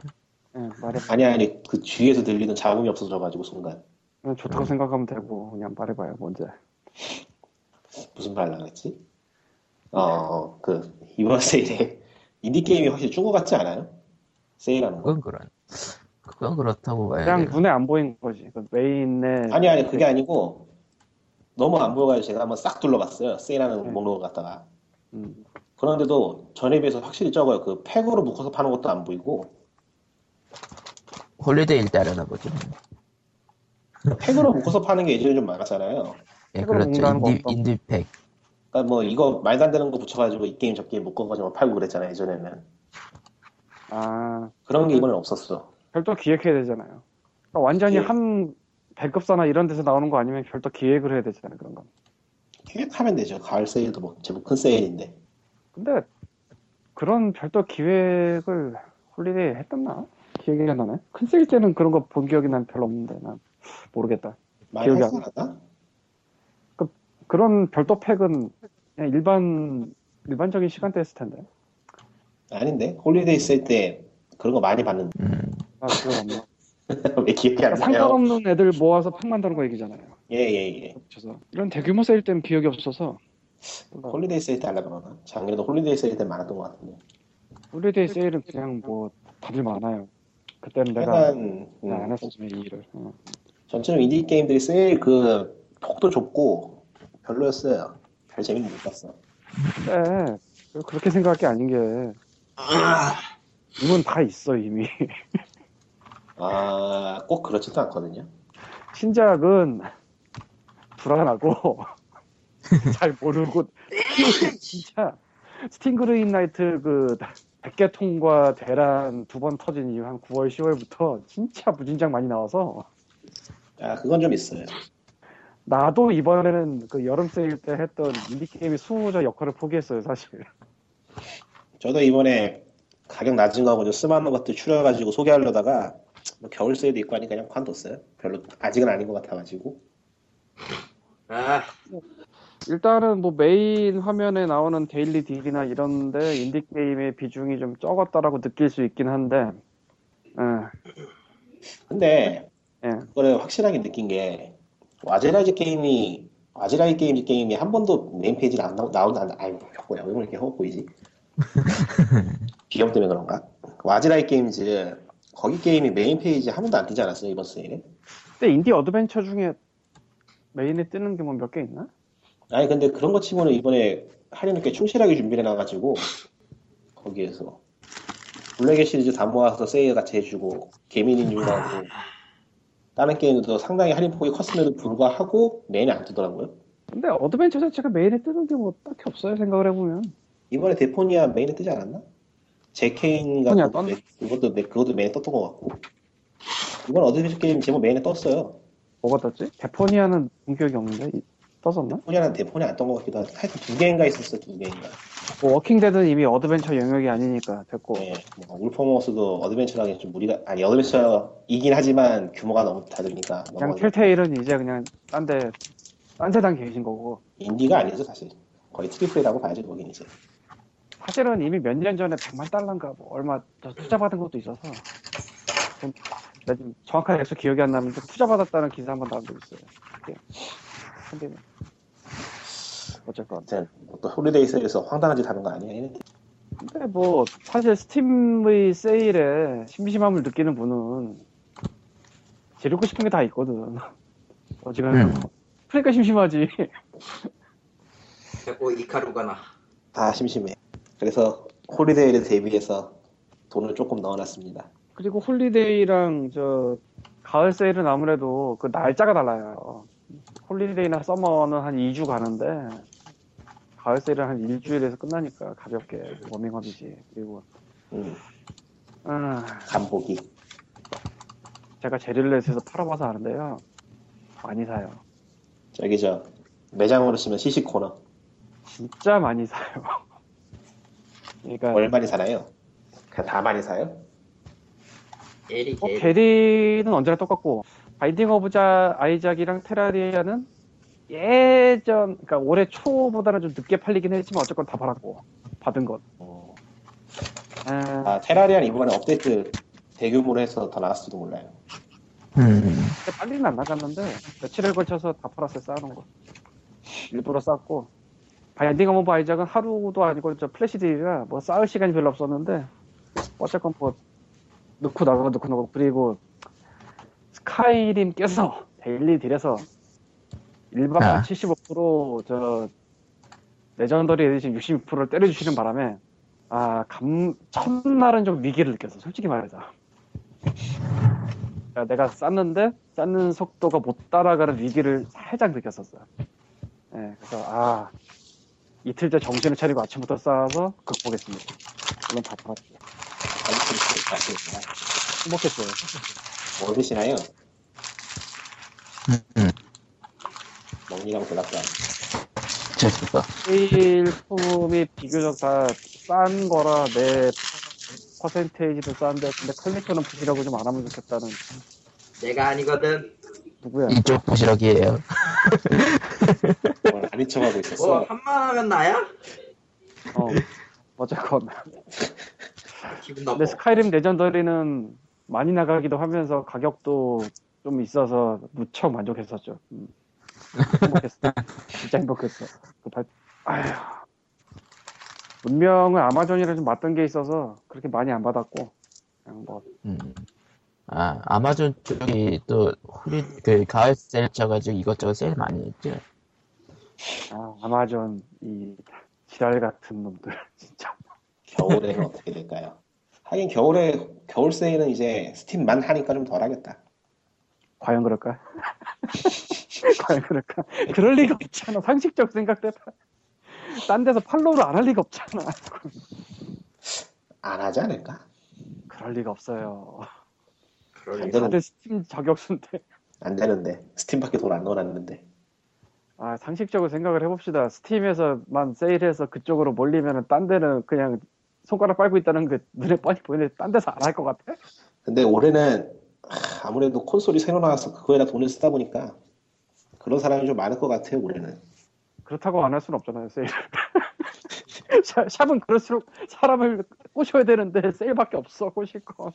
예, 말해
아니 아니 그 뒤에서 들리는 잡음이 없어져가지고 순간
그냥 좋다고
음.
생각하면 되고 그냥 말해봐요 먼저
무슨 말 나갔지? 어, 그 이번 [LAUGHS] 세일에 인디 게임이 확실히 준 것 같지 않아요? 세일하는 거.
그건 그런. 그건 그렇다고 봐야
그냥
돼요.
눈에 안 보인 거지 그 메인에
아니 아니 그게 아니고 너무 안 보여가지고 제가 한번 싹 둘러봤어요 세일하는
네.
목록을 갖다가
음,
그런데도 전에 비해서 확실히 적어요 그 팩으로 묶어서 파는 것도 안 보이고
홀리데이일 때 알아나 보죠.
팩으로 묶어서 파는 게 예전에 좀 많았잖아요
예,
팩으로
그렇죠.
공부하는 거
인디,
없다고.
인디팩.
그러니까 뭐 이거 말도 안 되는 거 붙여가지고 이 게임 저 게임 묶어가지고 팔고 그랬잖아요 예전에는
아
그런 게 이번엔 없었어
별도 기획해야 되잖아요 그러니까 완전히
예.
한 배급사나 이런 데서 나오는 거 아니면 별도 기획을 해야 되잖아요 그런 건
기획하면 되죠 가을 세일도 뭐 제법 큰 세일인데
근데 그런 별도 기획을 홀리데이 했었나? 기억이 안 나네. 큰 세일 때는 그런 거 본 기억이 난 별로 없는데 난 모르겠다.
많이
기억이 안
하지 않았나?
그런 별도 팩은 그냥 일반 일반적인 시간대 했을 텐데.
아닌데 홀리데이 있을 때 그런 거 많이 봤는데 [LAUGHS]
음.
아 그건 없나.
왜 기억이 안
그러니까
나요?
상관없는 애들 모아서 팩 만드는 거 얘기잖아요.
예예예
그래서 이런 대규모 세일 때는 기억이 없어서 몰라.
홀리데이 세일 때 하려고 그러나? 작년에도 홀리데이 세일 때 많았던 것 같은데
홀리데이 세일은 그냥 뭐 다들 많아요. 그때는 내가
약간 음,
그냥 안 했었으면 이 일을. 어.
전체적으로 인디 게임들이 세일 그 폭도 좁고 별로였어요. 별 재미는 못 봤어.
근데 그렇게 생각할 게 아닌 게
아,
이건 다 있어 이미. [LAUGHS]
아, 꼭 그렇지도 않거든요.
신작은 불안하고 [LAUGHS] 잘 모르고 [LAUGHS] 진짜 스팅 그레인 나이트 그 100개 통과 대란 두 번 터진 이후 한 9월 10월부터 진짜 무진장 많이 나와서
아, 그건 좀 있어요.
나도 이번에는 그 여름 세일 때 했던 인디 게임의 수호자 역할을 포기했어요 사실
저도 이번에 가격 낮은 거하고 좀 쓸만한 것들 추려가지고 소개하려다가 뭐 겨울 세일도 있고 하니까 그냥 관뒀어요. 별로 아직은 아닌 것 같아가지고.
아,
일단은 뭐 메인 화면에 나오는 데일리 딜이나 이런데 인디 게임의 비중이 좀 적었다라고 느낄 수 있긴 한데 예,
근데
예.
그거를 확실하게 느낀 게 와제라이즈 게임이 와제라이 게임 게임이 한 번도 메인 페이지에 안 나오, 나온다. 안- 아이고, 혁고야, 왜 이렇게 허 보이지? 비염 때문에 그런가? 와즈라이 게임즈 거기 게임이 메인 페이지 에한 번도 안 뜨지 않았어요 이번 세일에?
근데 인디 어드벤처 중에 메인에 뜨는 게 뭐 몇 개 있나?
아니 근데 그런 거 치고는 이번에 할인을 꽤 충실하게 준비해 놔가지고 거기에서 블랙의 시리즈 다 모아서 세일 같이 해주고 개미인 유하고 다른 게임도 상당히 할인 폭이 컸음에도 불구하고 메인이 안 뜨더라고요.
근데 어드벤처 자체가 메인에 뜨는 게 뭐 딱히 없어요 생각을 해보면
이번에 데포니아 메인에 뜨지 않았나? 제케인가
데포니아
그것도
떴나?
메- 그것도 메- 그것도 메인에 떴던 것 같고 이번 어드벤처 게임 제목 메인에 떴어요.
뭐가 떴지? 데포니아는 본 기억이 없는데 이- 떴었나?
포냐는 대포냐 안떤것 같기도 하고 하여튼 두 개인가 있었어 두 개인가
뭐 워킹데드는 이미 어드벤처 영역이 아니니까 됐고
네, 뭐 울퍼머스도 어드벤처라기엔 좀 무리가 아니 어드벤처이긴 하지만 규모가 너무 다르니까
그냥
너무
킬테일은 이제 그냥 딴데 딴 세상 계신 거고
인디가 아니죠 사실 거의 트리플이라고 봐야죠 거긴 이제
사실은 이미 몇 년 전에 100만 달러인가 뭐 얼마 더 투자받은 것도 있어서 좀- 나 지금 정확한 액수 기억이 안 나는데 투자받았다는 기사 한 번 나온 적 있어요 그게. 근데 뭐 어쨌건
아무튼 뭐또 홀리데이 세일에서 황당한 짓 하는 거 아니야 얘네?
근데 뭐 사실 스팀의 세일에 심심함을 느끼는 분은 지르고 싶은 게 다 있거든. [LAUGHS] 어, 지금
음.
그러니까 심심하지.
자꾸 이카루가 나.
다 심심해 그래서 홀리데이를 대비해서 돈을 조금 넣어놨습니다
그리고 홀리데이랑 저 가을 세일은 아무래도 그 날짜가 달라요. 홀리데이나 서머는 한 2주 가는데 가을 세일은 한 일주일에서 끝나니까 가볍게 워밍업이지. 그리고
음,
아,
간보기.
제가 제릴렛에서 팔아봐서 아는데요. 많이 사요.
저기 저 매장으로 치면 시식 코너.
진짜 많이 사요. [LAUGHS] 그러니까
얼 많이 사나요? 네. 그냥 다 많이 사요?
에리
어,
에리
베리는 언제나 똑같고 바이딩 오브 자 아이작이랑 테라리아는 예전 그러니까 올해 초보다는 좀 늦게 팔리긴 했지만 어쨌건 다 팔았고 받은 것.
어,
아,
아 테라리안 이번에 업데이트 대규모로 해서 더 나왔을지도 몰라요.
음.
근데 빨리는 안 나갔는데 며칠을 걸쳐서 다 팔았어요 쌓아놓은 거. 일부러 쌓고 바이딩 오브 뭐 아이작은 하루도 아니고 저 플래시딜이라 뭐 쌓을 시간이 별로 없었는데 어쨌건 뭐 넣고 나가고 넣고 나가고 그리고 스카이림 께서 데일리 딜에서 1박
아.
75%저 레전더리 에디션 66%를 때려주시는 바람에 아, 감, 첫날은 좀 위기를 느꼈어. 솔직히 말해서. 그러니까 내가 쌌는데, 쌓는 속도가 못 따라가는 위기를 살짝 느꼈었어요. 예, 그래서, 아, 이틀째 정신을 차리고 아침부터 쌓아서 극복했습니다. 물론 다 팔았죠.
아니,
행복했어요.
뭐 드시나요?
음.
먹니랑 대답도 안 해.
재밌었어.
일품이 비교적 다 싼 거라 내 퍼센테이지도 싼데, 근데 퀄리티는 부실하고 좀 안 하면 좋겠다는
내가 아니거든
누구야?
이쪽 부시럭이에요.
뭘안 잊혀가고 있었어.
뭐 한마하면 나야?
어, 어쨌건.
기분 나빠
근데 스카이림 레전더리는 많이 나가기도 하면서 가격도 좀 있어서 무척 만족했었죠. 음. 행복했어. 진짜 행복했어. 그 발... 아휴. 운명은 아마존이랑 좀 맞던 게 있어서 그렇게 많이 안 받았고 그냥 뭐
음. 아, 아마존 쪽이 또, 홀리, 그, 가을 세일 쳐가지고 이것저것 세일 많이 했죠.
아, 마존이 지랄 같은 놈들 [LAUGHS] 진짜
겨울에는 어떻게 될까요? 하긴 겨울에 겨울 세일은 이제 스팀만 하니까 좀 덜하겠다.
과연 그럴까? [LAUGHS] 과연 그럴까? 그럴 리가 없잖아. 상식적 생각대 딴 데서 팔로우를 안 할 리가 없잖아.
안 하지 않을까?
그럴 리가 없어요.
그럴
안
리가
되는
다들 스팀 저격수인데.
안 되는데 스팀밖에 돈 안 넣어놨는데
아, 상식적으로 생각을 해봅시다. 스팀에서만 세일해서 그쪽으로 몰리면은 딴 데는 그냥 손가락 빨고 있다는 게 눈에 뻔히 보이는데 딴 데서 안 할 것 같아?
근데 올해는 하, 아무래도 콘솔이 새로 나와서 그거에다 돈을 쓰다 보니까 그런 사람이 좀 많을 것 같아요 올해는
그렇다고 안 할 수는 없잖아요, 세일을. [LAUGHS] 샵- 샵은 그럴수록 사람을 꼬셔야 되는데 세일밖에 없어, 꼬실 거.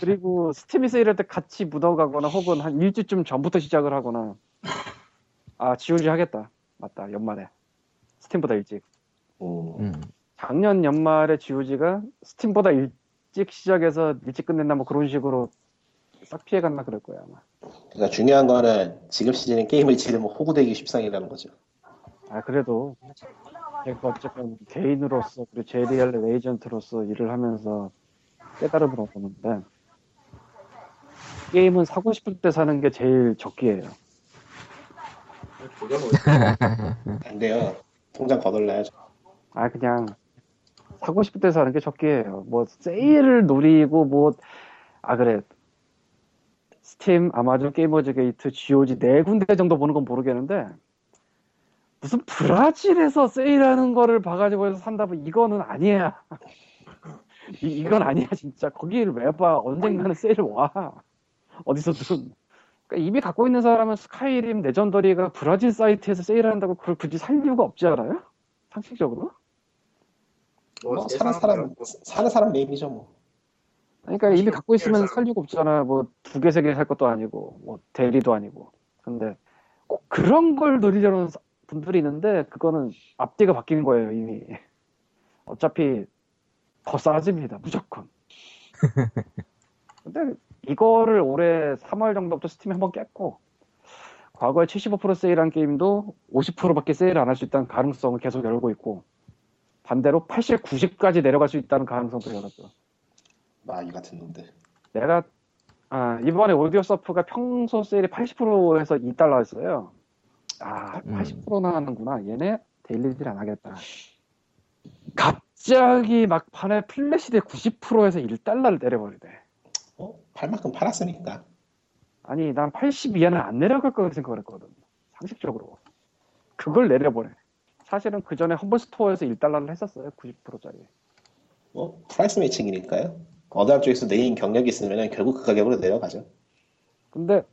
그리고 스팀이 세일할 때 같이 묻어가거나 혹은 한 일주쯤 전부터 시작을 하거나 아, 지우지 하겠다. 맞다, 연말에. 스팀보다 일찍.
음,
음.
작년 연말에 GOG가 스팀보다 일찍 시작해서 일찍 끝냈나 뭐 그런 식으로 싹 피해갔나 그럴 거야 아마.
그러니까 중요한 거는 지금 시즌에 게임을 지르면 호구되기 쉽상이라는 거죠
아 그래도 제가 어쨌든 개인으로서 그리고 제리얼 에이전트로서 일을 하면서 깨달음을 얻었는데 게임은 사고 싶을 때 사는 게 제일 적기예요.
뭐,
조경호
안 돼요 통장 거덜나요
아 그냥 사고 싶을 때 사는 게 적기예요. 뭐 세일을 노리고 뭐 아 그래 스팀, 아마존, 게이머즈 게이트, GOG 네 군데 정도 보는 건 모르겠는데 무슨 브라질에서 세일하는 거를 봐가지고 해서 산다 뭐 이거는 아니야. [LAUGHS] 이, 이건 아니야 진짜. 거기를 왜 봐? 언젠가는 세일 와. 어디서든. 그러니까 이미 갖고 있는 사람은 스카이림 레전더리가 브라질 사이트에서 세일한다고 그걸 굳이 살 이유가 없지 않아요? 상식적으로?
뭐 사는 사람 사는 사람 메인이죠 뭐
그러니까 이미 갖고 있으면
사람.
살 이유가 없잖아. 뭐 두 개 세 개 살 것도 아니고 뭐 대리도 아니고. 근데 꼭 그런 걸 노리려는 사- 분들이 있는데 그거는 앞뒤가 바뀐 거예요 이미. [LAUGHS] 어차피 더 싸집니다 무조건. 근데 이거를 올해 3월 정도부터 스팀에 한번 깼고 과거에 75% 세일한 게임도 50%밖에 세일 안 할 수 있다는 가능성을 계속 열고 있고 반대로 80, 90까지 내려갈 수 있다는 가능성도 열었죠.
마귀 같은 놈들
내가 아, 이번에 오디오 서프가 평소 세일이 80%에서 2달러였어요. 아,
음.
80%나 하는구나. 얘네 데일리 딜 안 하겠다. 갑자기 막판에 플래시대 90%에서 1달러를 때려버리대.
어? 팔 만큼 팔았으니까.
아니, 난 80 이하는 안 내려갈 거라고 생각을 했거든. 상식적으로. 그걸 내려보내. 사실은 그 전에 험블 스토어에서 1달러를 했었어요. 90%짜리.
뭐 프라이스 매칭이니까요. 어느 한쪽에서 내인 경력이 있으면 결국 그 가격으로 내려가죠.
근데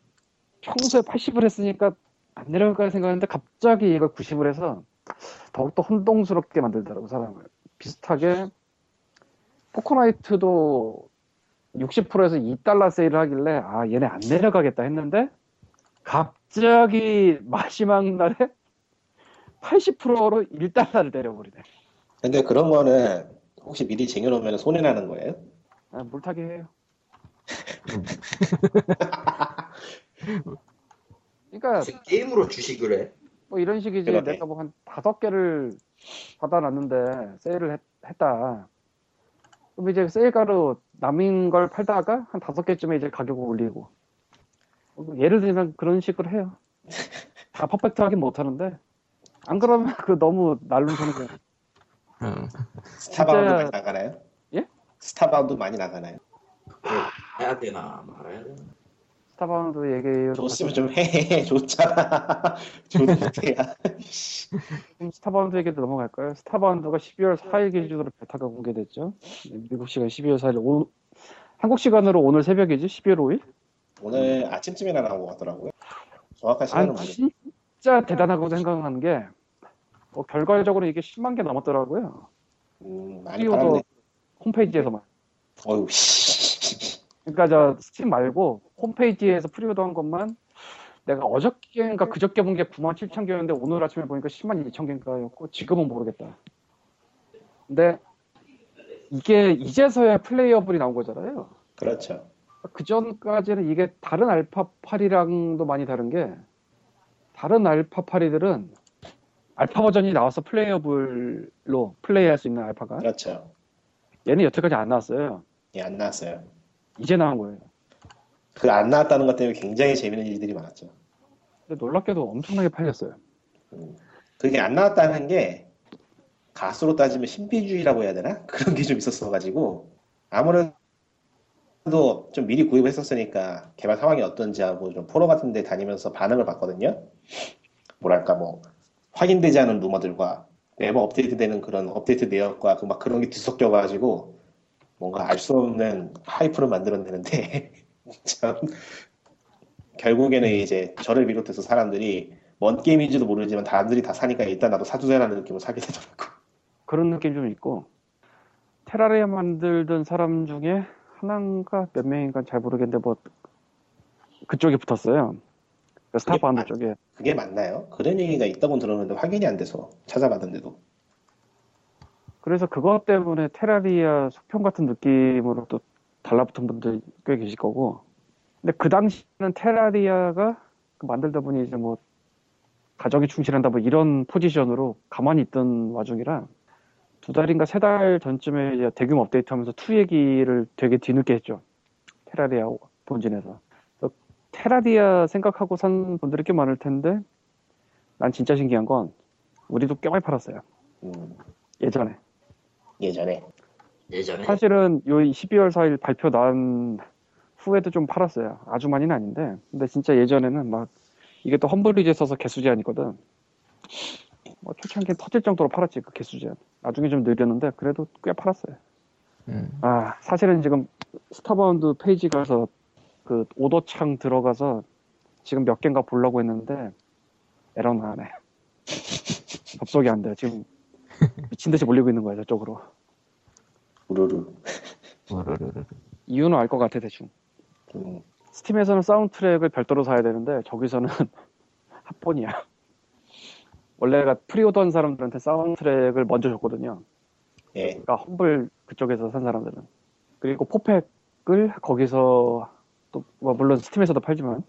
평소에 80을 했으니까 안 내려갈까 생각했는데 갑자기 얘가 90을 해서 더욱더 혼동스럽게 만들더라고 사람을 비슷하게 포코나이트도 60%에서 2달러 세일을 하길래 아 얘네 안 내려가겠다 했는데 갑자기 마지막 날에 80%로 1달러를 내려버리네
근데 그런 거는 혹시 미리 쟁여놓으면 손해나는 거예요?
아, 물타기 해요 그러니까
무슨 게임으로 주식을 해?
뭐 이런 식이지
그러네.
내가 뭐 한 다섯 개를 받아놨는데 세일을 했, 했다 그럼 이제 세일가로 남인 걸 팔다가 한 다섯 개쯤에 이제 가격을 올리고 뭐 예를 들면 그런 식으로 해요
[LAUGHS]
다 퍼펙트하긴 못하는데 안 그러면 [LAUGHS] 그 너무 날로 서는 거야
음.
스타바운드
진짜-
많이 나가나요?
예?
스타바운드 많이 나가나요?
해야 되나 말아야 되나?
스타바운드 얘기
줬으면 좀 해. [LAUGHS] 좋잖아. [LAUGHS] 줘도 못해야.
그럼 스타바운드 얘기도 넘어갈까요? 스타바운드가 12월 4일 기준으로 베타가 공개됐죠 미국 시간 12월 4일 오, 한국 시간으로 오늘 새벽이지 12월 5일?
오늘 아침쯤에 나온 것 같더라고요. 정확한 시간은
아,
모르겠
진짜 대단하고 생각하는 게, 뭐 결과적으로 이게 10만 개 넘었더라고요.
음, 많이
스튜디오도
팔았네.
홈페이지에서만.
어휴, 씨. [LAUGHS]
그러니까 저 스팀 말고 홈페이지에서 프리오더 한 것만 내가 어저께인가 그러니까 그저께 본 게 9만 7천 개였는데 오늘 아침에 보니까 10만 2천 개인가였고 지금은 모르겠다. 근데 이게 이제서야 플레이어블이 나온 거잖아요.
그렇죠.
그 전까지는 이게 다른 알파파리랑도 많이 다른 게 다른 알파파리들은 알파 버전이 나와서 플레이어블로 플레이할 수 있는 알파가
그렇죠.
얘는 여태까지 안 나왔어요.
예, 안 나왔어요.
이제 나온 거예요.
그 안 나왔다는 것 때문에 굉장히 재밌는 일들이 많았죠.
근데 놀랍게도 엄청나게 팔렸어요.
그게 안 나왔다는 게 가수로 따지면 신비주의라고 해야 되나? [LAUGHS] 그런 게 좀 있었어가지고 아무래도 좀 미리 구입했었으니까 개발 상황이 어떤지 하고 좀 포럼 같은 데 다니면서 반응을 봤거든요. 뭐랄까 뭐 확인되지 않은 루머들과 매번 업데이트되는 그런 업데이트 내역과 그 막 그런 게 뒤섞여가지고 뭔가 알 수 없는 하이프를 만들어내는데 [LAUGHS] 참 결국에는 이제 저를 비롯해서 사람들이 뭔 게임인지도 모르지만 사람들이 다 사니까 일단 나도 사주세요라는 느낌으로 사게 되더라고. [LAUGHS]
그런 느낌 좀 있고 테라리아 만들던 사람 중에 하나인가 몇 명인가 잘 모르겠는데 뭐 그쪽에 붙었어요. 그 스타바운드
아-
쪽에
그게 맞나요? 그런 얘기가 있다고 들었는데 확인이 안 돼서 찾아봤는데도
그래서 그것 때문에 테라리아 속편 같은 느낌으로 또 달라붙은 분들 꽤 계실 거고. 근데 그 당시에는 테라리아가 그 만들다 보니 이제 뭐 가정에 충실한다 뭐 이런 포지션으로 가만히 있던 와중이라 두 달인가 세 달 전쯤에 이제 대규모 업데이트하면서 투 얘기를 되게 뒤늦게 했죠. 테라리아 본진에서. 그래서 테라리아 생각하고 산 분들이 꽤 많을 텐데 난 진짜 신기한 건 우리도 꽤 많이 팔았어요.
음,
예전에.
예전에
예전에
네. 사실은 요 12월 4일 발표 난 후에도 좀 팔았어요. 아주 많이는 아닌데. 근데 진짜 예전에는 막 이게 또 험블리즈에 써서 개수 제한이거든. 뭐 초창기엔 터질 정도로 팔았지 그 개수 제한. 나중에 좀 늘렸는데 그래도 꽤 팔았어요.
음.
아 사실은 지금 스타바운드 페이지 가서 그 오더창 들어가서 지금 몇 개인가 보려고 했는데 에러 나네. [LAUGHS] 접속이 안 돼. 지금 미친 듯이 몰리고 있는 거야 저쪽으로.
우르르.
우르르르.
이유는 알 것 같아 대충.
음,
스팀에서는 사운드 트랙을 별도로 사야 되는데 저기서는 [LAUGHS] 합본이야. 원래가 프리오던 사람들한테 사운드 트랙을 먼저 줬거든요.
예,
그러니까 험블 그쪽에서 산 사람들은. 그리고 포팩을 거기서 또 뭐 물론 스팀에서도 팔지만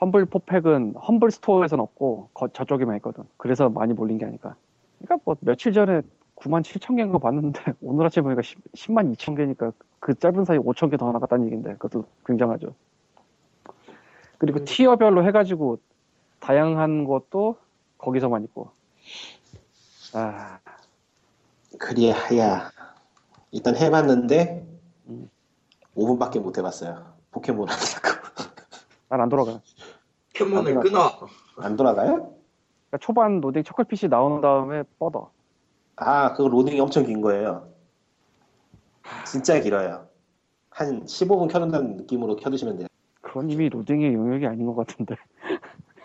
험블 포팩은 험블 스토어에선 없고 거- 저쪽에만 있거든. 그래서 많이 몰린 게 아닐까. 그러니까 뭐 며칠 전에 9만 7천 개인 거 봤는데 [LAUGHS] 오늘 아침에 보니까 10, 만 2천 개니까 그 짧은 사이에 5천 개 더 나갔다는 얘기인데 그것도 굉장하죠. 그리고 티어별로 해가지고 다양한 것도 거기서만 있고. 아,
그리하야 일단 해봤는데
음.
5분밖에 못 해봤어요. 포켓몬 안 돌아가고
난 안 돌아가.
포켓몬을
아,
끊어.
[LAUGHS] 안 돌아가요?
그러니까 초반 로딩 초콜핏이 나온 다음에 뻗어.
아 그거 로딩이 엄청 긴 거예요. 진짜 길어요. 한 15분 켜놓는 느낌으로 켜두시면 돼요.
그건 이미 로딩의 영역이 아닌 것 같은데.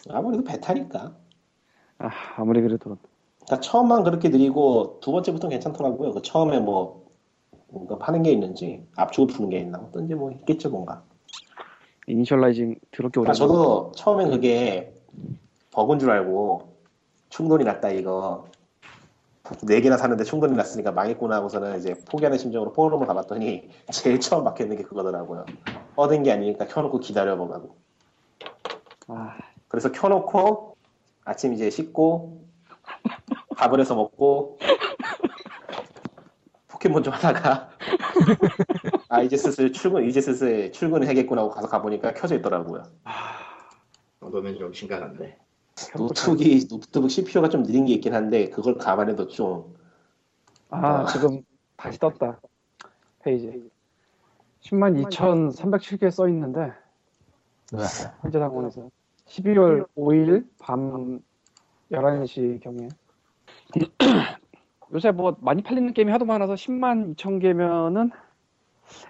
아무래도 베타니까.
아, 아무리 그래도
그러니까 처음만 그렇게 느리고 두 번째부터 는 괜찮더라고요. 그 처음에 뭐 뭔가 파는 게 있는지 압축을 푸는 게 있나 어떤지 뭐 있겠죠 뭔가.
이니셜라이징 더럽게 오래.
그러니까 저도 처음엔 그게 버그인 줄 알고 충돌이 났다 이거 네 개나 사는데 충돌이 났으니까 망했구나 하고서는 이제 포기하는 심정으로 포럼을 가봤더니 제일 처음 막혀 있는 게 그거더라고요. 얻은 게 아니니까 켜놓고 기다려보라고.
아,
그래서 켜놓고 아침 이제 씻고 밥을 해서 먹고 포켓몬 좀 하다가 아 이제 슬슬 출근 이제 슬슬 출근을 해야겠구나 하고 가서 가보니까 켜져 있더라고요.
그러면 좀 심각한데.
노트북이 노트북 CPU가 좀 느린 게 있긴 한데 그걸 감안해도 좀
아 지금 다시 떴다. 페이지. 10만 2,307개 써 있는데
뭐야.
현재 상황에서 12월 5일 밤 11시 경에 [CLEARS THROAT] 요새 뭐 많이 팔리는 게임이 하도 많아서 10만 2천 개면은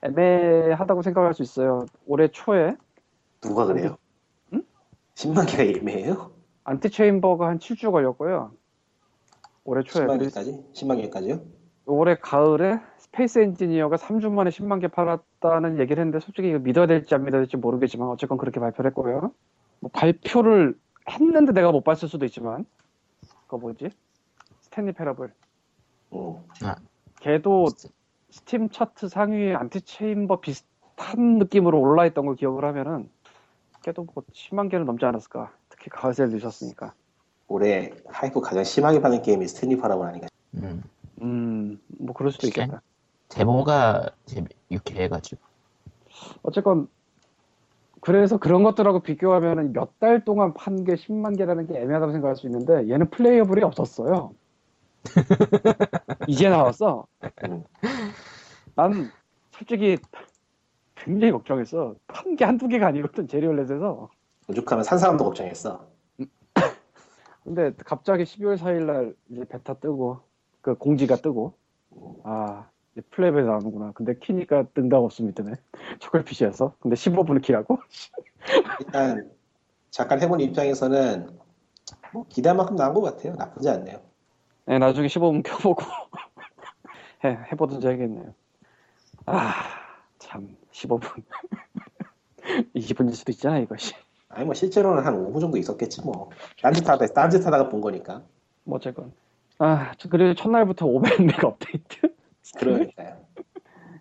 애매하다고 생각할 수 있어요. 올해 초에
누가 그래요?
응?
10만 개가 예매예요?
안티 체인버가 한 7주 걸렸고요. 올해 초에
10만
그리고
개까지? 10만 개까지요?
올해 가을에 스페이스 엔지니어가 3주 만에 10만 개 팔았다는 얘기를 했는데 솔직히 이거 믿어야 될지 안 믿어야 될지 모르겠지만 어쨌건 그렇게 발표를 했고요. 뭐 발표를 했는데 내가 못 봤을 수도 있지만 그거 뭐지? 스탠리 패러블
어.
걔도 스팀 차트 상위에 안티체인버 비슷한 느낌으로 올라있던 걸 기억을 하면은 걔도 뭐 10만 개는 넘지 않았을까 특히 가을 세일 늦었으니까
올해 하이프 가장 심하게 받은 게임이 스탠리파라고 하니까
음,
음뭐 그럴 수도 있겠다
데모가 되게 유쾌해가지고.
어쨌건 그래서 그런 것들하고 비교하면 몇 달 동안 판 게 10만 개라는 게 애매하다고 생각할 수 있는데 얘는 플레이어블이 없었어요. 이제 나왔어.
음.
난 솔직히 굉장히 걱정했어. 판 게 한두 개가 아니거든 제리얼렛에서.
오죽하면 산 사람도 걱정했어.
근데 갑자기 12월 4일 날 이제 베타 뜨고 그 공지가 뜨고 아 이제 플랩에 나오는구나. 근데 키니까 뜬다고 없음이 뜨네. [LAUGHS] 초콜피시에서. 근데 15분을 키라고?
일단 잠깐 해본 입장에서는 뭐 기대한 만큼 나온 것 같아요. 나쁘지 않네요.
네, 나중에 15분 [LAUGHS] 켜보고 해, 해보든지 해야겠네요. 아, 참, [LAUGHS] 15분. 20분일 수도 있잖아, 이것이.
아니 뭐 실제로는 한 5분 정도 있었겠지 뭐. 딴짓하다 딴짓하다가 본 거니까.
뭐, 어쨌건. 아, 저- 그리고 첫날부터 500메가 업데이트?
그러니까요.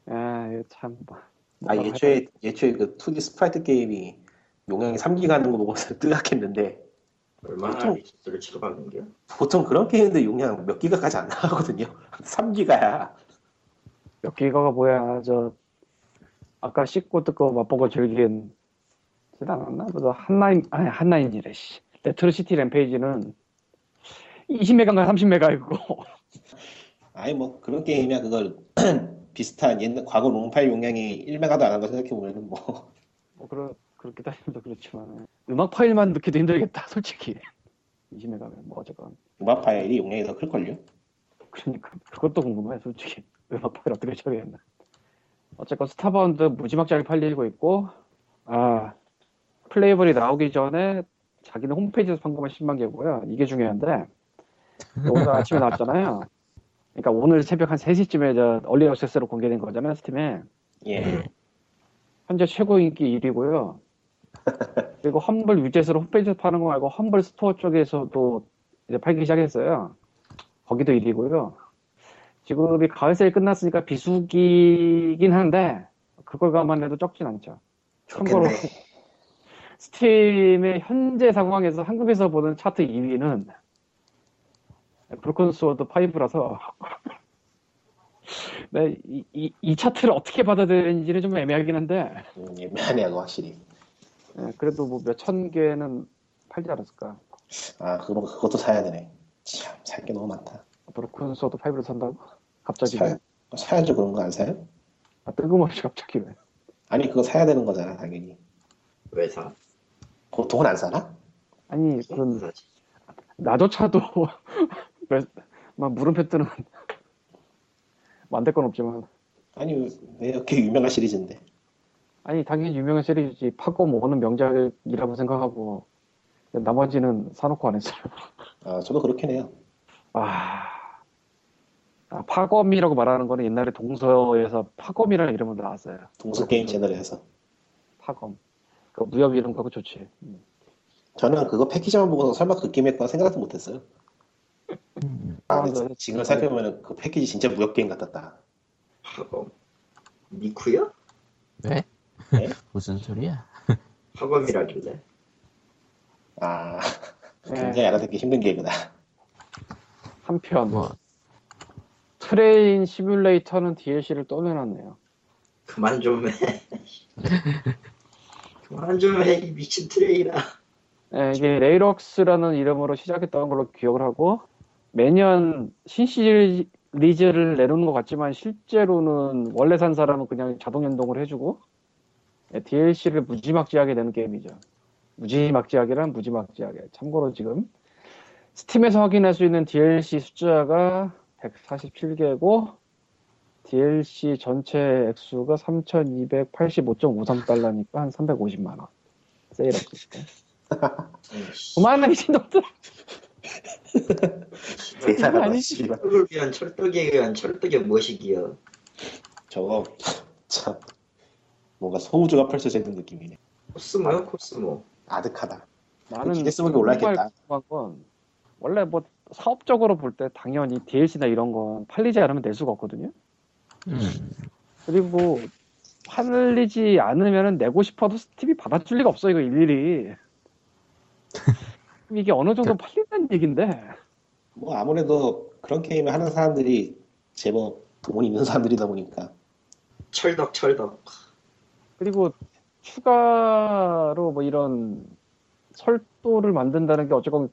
아, 이거 참. 뭐,
아 예초에 예초에 그 2D 스프라이트 게임이 용량이 3기가 하는 거 보고서 [LAUGHS] 뜨각했는데
얼마나
보통-
리스트를 치료받는 게?
보통 그런 게임들 용량 몇 기가까지 안 나가거든요. 3기가야.
몇 기가가 뭐, 뭐야, 저, 아까 씻고 뜯고 맛보고 즐긴, 지않았나 그래서 한라인, 아니, 한라인이래, 씨. 레트로시티 램페이지는 20메가인가 30메가이고.
아니 뭐 그런 게임이야 그걸 [CLEARS THROAT] 비슷한 옛날 과거 롱파일 용량이 1메가도 안 한 거 생각해 보면은 뭐 [LAUGHS]
뭐 그러, 그렇게 따지면 그렇지만 음악 파일만 넣기도 힘들겠다 솔직히 20메가면 뭐 어쨌건
음악 파일이 용량이 더 클걸요.
그러니까 그것도 궁금해 솔직히 음악 파일 어떻게 처리했나 어쨌건 스타바운드 무지막지하게 팔리고 있고 아 플레이블이 나오기 전에 자기는 홈페이지에서 판거만 10만 개고요 이게 중요한데 오늘 아침에 나왔잖아요 그러니까 오늘 새벽 한 3시쯤에 저 얼리 액세스로 공개된 거잖아요 스팀에
음.
예.
현재 최고
[LAUGHS]
인기 1위고요. 그리고 험블 위젯으로 홈페이지에서 파는 거 말고 험블 스토어 쪽에서도 이제 팔기 시작했어요. 거기도 1위고요. 지금이 가을 세일 끝났으니까 비수기긴 한데 그걸 감안해도 적진 않죠. 참고로
좋겠네.
스팀의 현재 상황에서 한국에서 보는 차트 2위는 브로큰 스워드 5라서 [LAUGHS] 네, 이, 이, 이 차트를 어떻게 받아들이는지는 좀 애매하긴 한데
음, 예매하네 그거 확실히.
예, 예, 그래도 뭐 몇 천 개는 팔지 않았을까.
아 그거 그것도 사야 되네. 참 살 게 너무 많다.
브로큰소드 5를 산다고? 갑자기 뭐? 왜?
사, 사야죠 그런 거 안 사요?
아, 뜬금없이 갑자기 왜?
아니 그거 사야 되는 거잖아 당연히.
왜 사? 음?
보통은 안 사나?
아니
안
그건
사지.
나조차도 [LAUGHS] 왜- 막 물음표 뜨는 [LAUGHS] 만들 건 없지만
아니 왜 이렇게 유명한 시리즈인데?
아니 당연히 유명한 시리즈지 파고 모으는 명작이라고 생각하고 나머지는 사놓고 안 했어요.
아 저도 그렇긴 해요.
아, 아, 파검이라고 말하는 거는 옛날에 동서에서 파검이라는 이름으로 나왔어요.
동서 게임 채널에서
파검. 그 무협 이름 갖고 좋지. 음.
저는 그거 패키지만 보고서 설마 그 게임 했구나 생각도 못했어요. 아, 근데
네.
지금 살펴보면 그 패키지 진짜 무역 게임 같았다.
학원. 니쿠야?
왜?
네?
무슨 소리야?
학원이라길래.
아
네.
굉장히 알아듣기 힘든
[LAUGHS]
게임이다.
예, 한편
뭐
트레인 시뮬레이터는 DLC를 또 내놨네요.
그만 좀 해. 그만 좀 해, 이 미친 트레이나.
예, 이게 레이럭스라는 이름으로 시작했던 걸로 기억을 하고 매년 신시리즈를 내놓는 것 같지만 실제로는 원래 산 사람은 그냥 자동 연동을 해주고 예, DLC를 무지막지하게 내는 게임이죠. 무지막지하게란 무지막지하게. 참고로 지금 스팀에서 확인할 수 있는 DLC 숫자가 147개고 DLC 전체 액수가 3,285.53달러니까 한 350만 원. 세일업 때. 그만해 미친놈들
대사가
아니.
아니지.
철떡을 위한 철떡에 의한 철떡의 무엇이기여.
저거 참 뭔가 소우주가 펼쳐지는 느낌이네.
코스모요, 코스모.
아득하다.
나는
그 기네스북에 올라있겠다.
정말 궁금한 건 원래 뭐 사업적으로 볼 때 당연히 DLC나 이런 건 팔리지 않으면 낼 수가 없거든요
음,
그리고 뭐 팔리지 않으면 내고 싶어도 스팀이 받아줄 리가 없어
[LAUGHS]
이거 일일이 이게 어느 정도 팔린다는 얘긴데
뭐 아무래도 그런 게임을 하는 사람들이 제법 돈 있는 사람들이다 보니까
철덕, 철덕.
그리고 추가로 뭐 이런 설도를 만든다는 게 어쨌건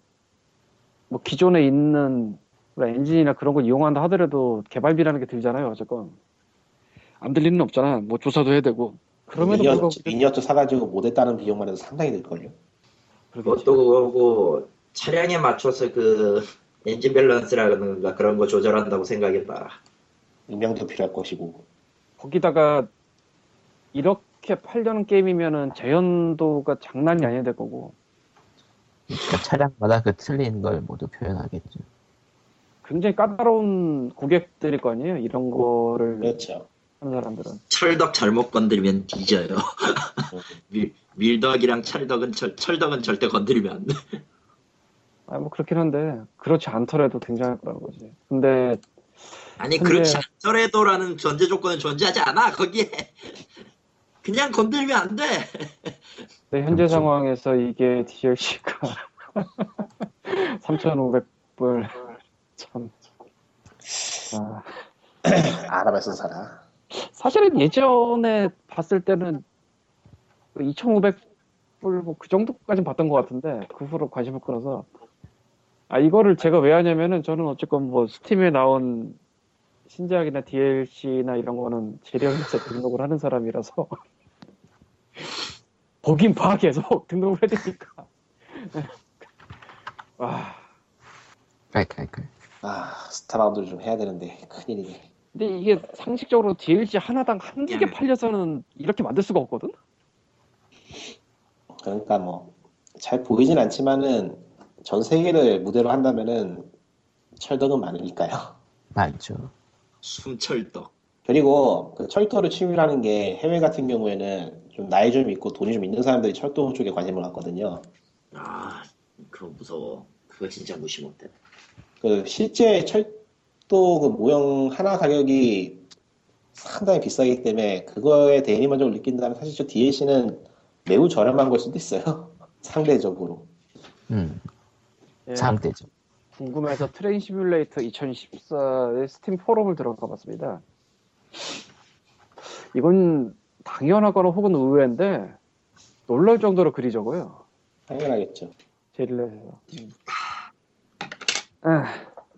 뭐 기존에 있는 그런 엔진이나 그런 걸 이용한다 하더라도 개발비라는 게 들잖아요 어쨌건 안 들리는 건 없잖아 뭐 조사도 해야 되고 그럼에도
미니어,
불구하고
미니어처 사가지고 못했다는 비용만 해도 상당히 들걸요.
그러겠지.
그것도 그거고, 차량에 맞춰서 그 엔진 밸런스라든가 그런 거 조절한다고 생각해봐.
음량도 필요할 것이고
거기다가 이렇게 팔려는 게임이면은 재현도가 장난이 아니야 될 거고
그러니까 차량마다 그 틀린 걸 모두 표현하겠죠.
굉장히 까다로운 고객들일 거 아니에요 이런 거를
그렇죠.
하는 사람들은
철덕 잘못 건드리면 뒤져요. 어. [LAUGHS] 밀, 밀덕이랑 찰덕은 철, 철덕은 절대 건드리면 안 돼.
아, 뭐 그렇긴 한데 그렇지 않더라도 굉장할 거라는 거지. 근데
아니
근데-
그렇지 않더라도라는 전제 조건은 존재하지 않아 거기에. 그냥 건드리면 안 돼.
내 현재
그렇죠.
상황에서 이게 DLC가 [LAUGHS] 3,500불
[LAUGHS]
참. 아,
알아봐서 살아.
사실은 예전에 봤을 때는 그 2,500불 뭐 그 정도까진 봤던 것 같은데 그 후로 관심을 끌어서 아 이거를 제가 왜 하냐면은 저는 어쨌건 뭐 스팀에 나온 신작이나 DLC나 이런 거는 재령에서 등록을 하는 사람이라서 [LAUGHS] 보긴 봐 계속 [LAUGHS] 등록을 해주니까 아, 와
깔깔깔.
아 스타라운드를 좀 해야 되는데 큰일이네.
근데 이게 상식적으로 DLC 하나당 한두 개 팔려서는 이렇게 만들 수가 없거든
그러니까 뭐 잘 보이진 않지만은 전 세계를 무대로 한다면은 철덕은 많으니까요.
많죠.
숨철덕.
그리고 그 철도를 취미라는 게 해외 같은 경우에는 좀 나이 좀 있고 돈이 좀 있는 사람들이 철도 쪽에 관심을 갖거든요.
아 그거 무서워. 그거 진짜 무시 못해.
그 실제 철도 그 모형 하나 가격이 상당히 비싸기 때문에 그거에 대리만족을 느낀다면 사실 저 DLC는 매우 저렴한 걸 수도 있어요. [LAUGHS] 상대적으로.
음,
예.
상대죠.
궁금해서 트레인 시뮬레이터 2014의 스팀 포럼을 들어가 봤습니다. 이건 당연하거나 혹은 의외인데 놀랄 정도로 글이 적어요.
당연하겠죠.
제릴레에서. 음. 아,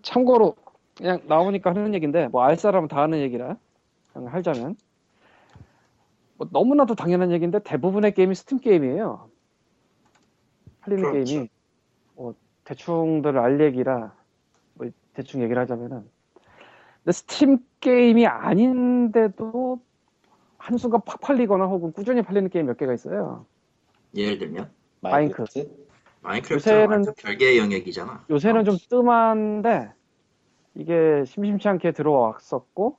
참고로 그냥 나오니까 하는 얘기인데 뭐 알 사람은 다 하는 얘기라 그냥 할자면 뭐 너무나도 당연한 얘기인데 대부분의 게임이 스팀 게임이에요. 팔리는
그렇죠.
게임이 뭐 대충들 알 얘기라 뭐 대충 얘기를 하자면은 근데 스팀 게임이 아닌데도 한순간 팍 팔리거나 혹은 꾸준히 팔리는 게임 몇 개가 있어요.
예를 들면
마인크.
마인크래프트?
마인크래프트는
요새는-
완전 별개의 영역이잖아.
요새는 좀 뜸한데 이게 심심치 않게 들어왔었고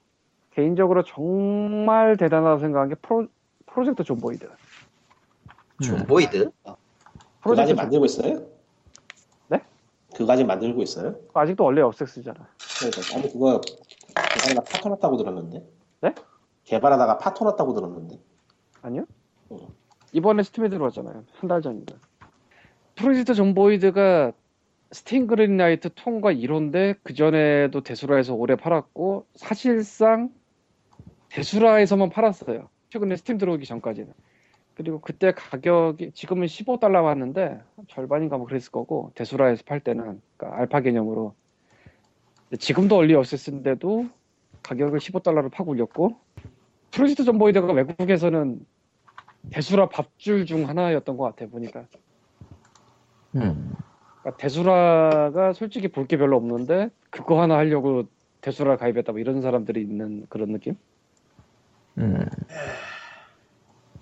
개인적으로 정말 대단하다고 생각한 게 프로, 프로젝트 존보이드
음,
존보이드?
그거 아직
프로젝트
만들고 있어요?
네?
그거 아직 만들고 있어요?
존- 아직도 원래 업섹스잖아
그러니까 아니 그거 개발하다가 파토났다고 들었는데?
네?
개발하다가 파토났다고 들었는데?
아니요?
어.
이번에 스팀에 들어왔잖아요 한 달 전인가 프로젝트 존보이드가 스팀 그린라이트 통과 1호인데 그전에도 대수라에서 오래 팔았고 사실상 대수라에서만 팔았어요 최근에 스팀 들어오기 전까지는 그리고 그때 가격이 지금은 15달러 왔는데 절반인가 뭐 그랬을 거고 대수라에서 팔 때는 그러니까 알파 개념으로 근데 지금도 얼리 어세스인데도 가격을 15달러로 파고 올렸고 프로젝트 존보이드가 외국에서는 대수라 밥줄 중 하나였던 것 같아 보니까
음.
그러니까 대수라가 솔직히 볼 게 별로 없는데 그거 하나 하려고 대수라 가입했다 뭐 이런 사람들이 있는 그런 느낌?
음.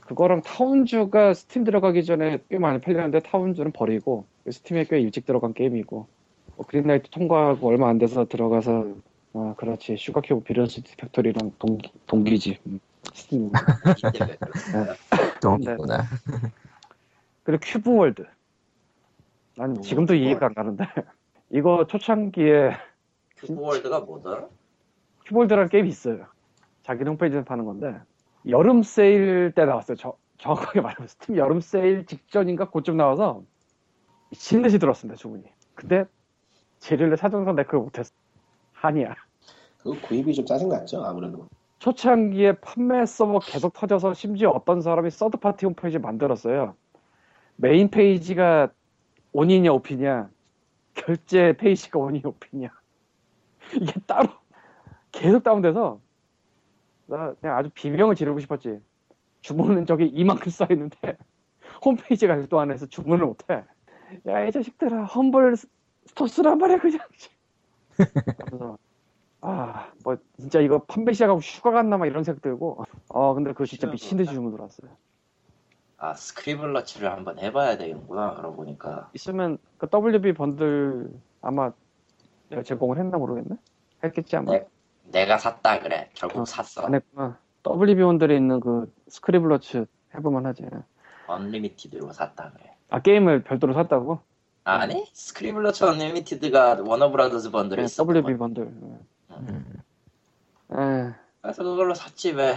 그거랑 타운주가 스팀 들어가기 전에 꽤 많이 팔렸는데 타운주는 버리고 스팀에 꽤 일찍 들어간 게임이고 뭐 그린라이트 통과하고 얼마 안 돼서 들어가서 아 그렇지 슈가큐브 비런시티 팩토리랑 동기, 동기지 음, 스팀
동기구나.
그리고 큐브월드. 난
오,
지금도
큐브월드.
이해가 안 가는데. [LAUGHS] 이거 초창기에
큐브월드가 뭐더라?
큐브월드라는 게임이 있어요. 자기 홈페이지에서 파는 건데. 여름 세일 때 나왔어요. 저- 정확하게 말하면 스팀 여름 세일 직전인가 그쯤 나와서 미친 듯이 들었습니다. 주문이. 근데 제릴레 사정상내 그걸 못했어. 한이야.
그거 구입이 좀 짜증 났죠 아무래도.
초창기에 판매 서버 계속 터져서 심지어 어떤 사람이 서드파티 홈페이지 만들었어요. 메인 페이지가 온이냐 오피냐, 결제 페이지가 온이냐 오피냐. [LAUGHS] 이게 따로 계속 다운돼서 나 그냥 아주 비명을 지르고 싶었지. 주문은 저기 이만큼 써있는데 [LAUGHS] 홈페이지가 아직도 안 해서 주문을 못해. 야 이 자식들아 험블 스- 스톱 쓰란 말이야 그냥. 하면서 아 뭐 진짜 이거 판매 시작하고 휴가 갔나 막 이런 생각 들고 아 근데 그거 진짜 미친 듯이 주문 들어왔어요
아 스크리블러치를 한번 해봐야 되겠구나 그러고 보니까
있으면 그 WB 번들 아마 내가 제공을 했나 모르겠네 했겠지 아마
네. 내가 샀다 그래 결국
어,
샀어
안 했구나 WB 번들에 있는 그 스크리블러츠 해볼만 하지
언리미티드로 샀다 그래
아 게임을 별도로 샀다고?
아니 스크리블러치 언리미티드가 워너브라더스 번들에
네,
있었던
WB
거니까.
번들 예.
음.
에
그래서 그걸로 샀지 왜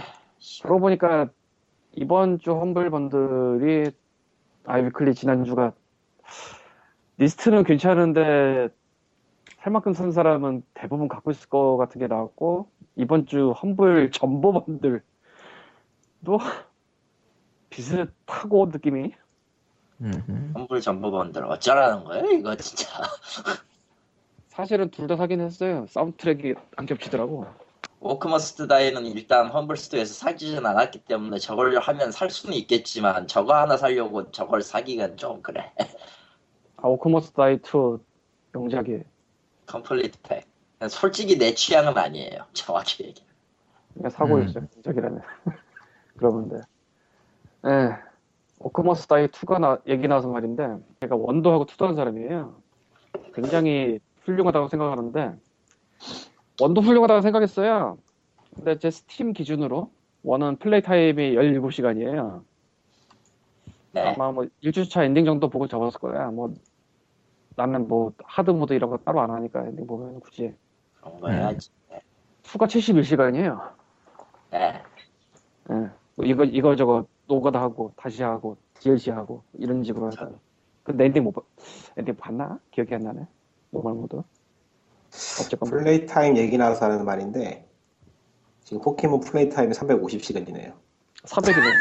그러고 보니까 이번 주 험블 번들이 아이비클리 지난주가 리스트는 괜찮은데 할 만큼 산 사람은 대부분 갖고 있을 것 같은 게 나왔고 이번 주 험블 전보 번들도 비슷하고 느낌이
음.
환불 전부 번들 어쩌라는 거예요 이거 진짜 [LAUGHS]
사실은 둘 다 사긴 했어요 사운드트랙이 안 겹치더라고
워크머스트 다이는 일단 험블스토어에서 사지진 않았기 때문에 저걸 하면 살 수는 있겠지만 저거 하나 살려고 저걸 사기가 좀 그래 [LAUGHS]
아 오크머스 다이2 명작이
컴플리트 팩 솔직히 내 취향은 아니에요 정확히 얘기
그냥 그러니까 사고
음.
있어요. 저기라면. [LAUGHS] 그러는데. 예. 오크머스 다이 2가 나, 얘기 나와서 말인데, 제가 원도 하고 투도 한 사람이에요. 굉장히 훌륭하다고 생각하는데, 원도 훌륭하다고 생각했어요. 근데 제 스팀 기준으로, 원은 플레이 타임이 17시간이에요.
네
아마 뭐 1주차 엔딩 정도 보고 접었을 거야. 뭐, 나는 뭐, 하드 모드 이런 거 따로 안 하니까 엔딩 보면 굳이.
그런 거 해야지
투가 71시간이에요.
네
예. 뭐 이거 이거 저거 노가다 하고 다시 하고 DLC 하고 이런 식으로 하다. 근데 엔딩 못 봤, 엔딩 봤나? 기억이 안 나네. 노말 모드. 어쨌건 뭐,
플레이 타임 얘기 나와서 하는 말인데 지금
[LAUGHS]
포켓몬 플레이 타임이 350시간이네요.
400이네.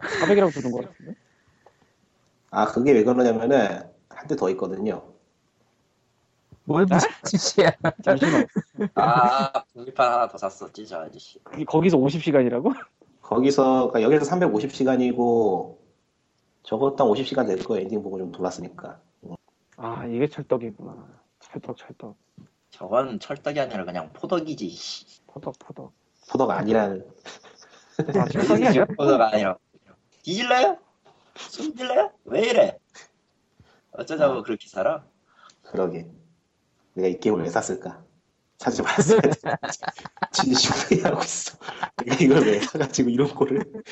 400이라고 주는 거 같은데?
아 그게 왜 그러냐면은 한 대 더 있거든요.
뭘 무슨 [LAUGHS] 짓이야.
잠시만.
[LAUGHS] 아 분리판 하나 더 샀었지 저 아저씨.
이- 거기서 50시간이라고?
거기서 그러니까 여기서 350시간이고 저것도 한 50시간 될 거예요. 엔딩 보고 좀 돌았으니까.
아, 이게 철떡이구나. 철떡, 철떡.
저건 철떡이 아니라 그냥 포덕이지. 씨.
포덕, 포덕.
포덕 아니라는
아, 철떡이 아니라?
포덕 아니라. 뒤질래요? 숨질래요? 왜 이래? 어쩌자고 그렇게 살아?
그러게. 내가 이 게임을 왜 샀을까? 사지 말았어야 돼. 진심으로 이해하고 있어. 내가 이걸 왜 사가지고 이런 거를.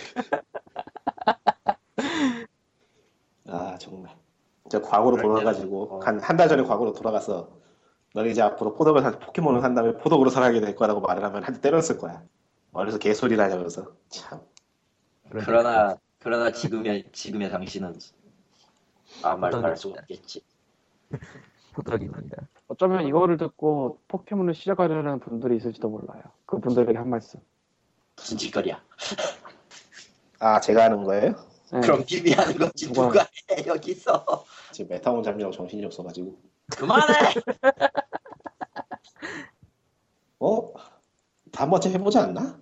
아, 정말. 진짜 과거로 돌아가지고, 한, 한 달 전에 과거로 돌아가서, 너는 이제 앞으로 포덕을 사, 포켓몬을 산 다음에 포덕으로 살아야 될 거라고 말을 하면 한 대 때렸을 거야. 어디서 개소리를 하냐면서. 참.
그러니까. 그러나 그러나 지금의 지금의 당신은 아무 말도 할 수가 없겠지.
호덕입니다.
어쩌면 이거를 듣고 포켓몬을 시작하려는 분들이 있을지도 몰라요. 그분들에게 한 말씀.
무슨 짓거리야?
아, 제가 하는 거예요?
네.
그럼 비비하는 거지
누가-
누가 해 여기서
지금 메타몽 잠정 정신이 없어가지고.
그만해.
어? 다음 번쯤 해보지 않나?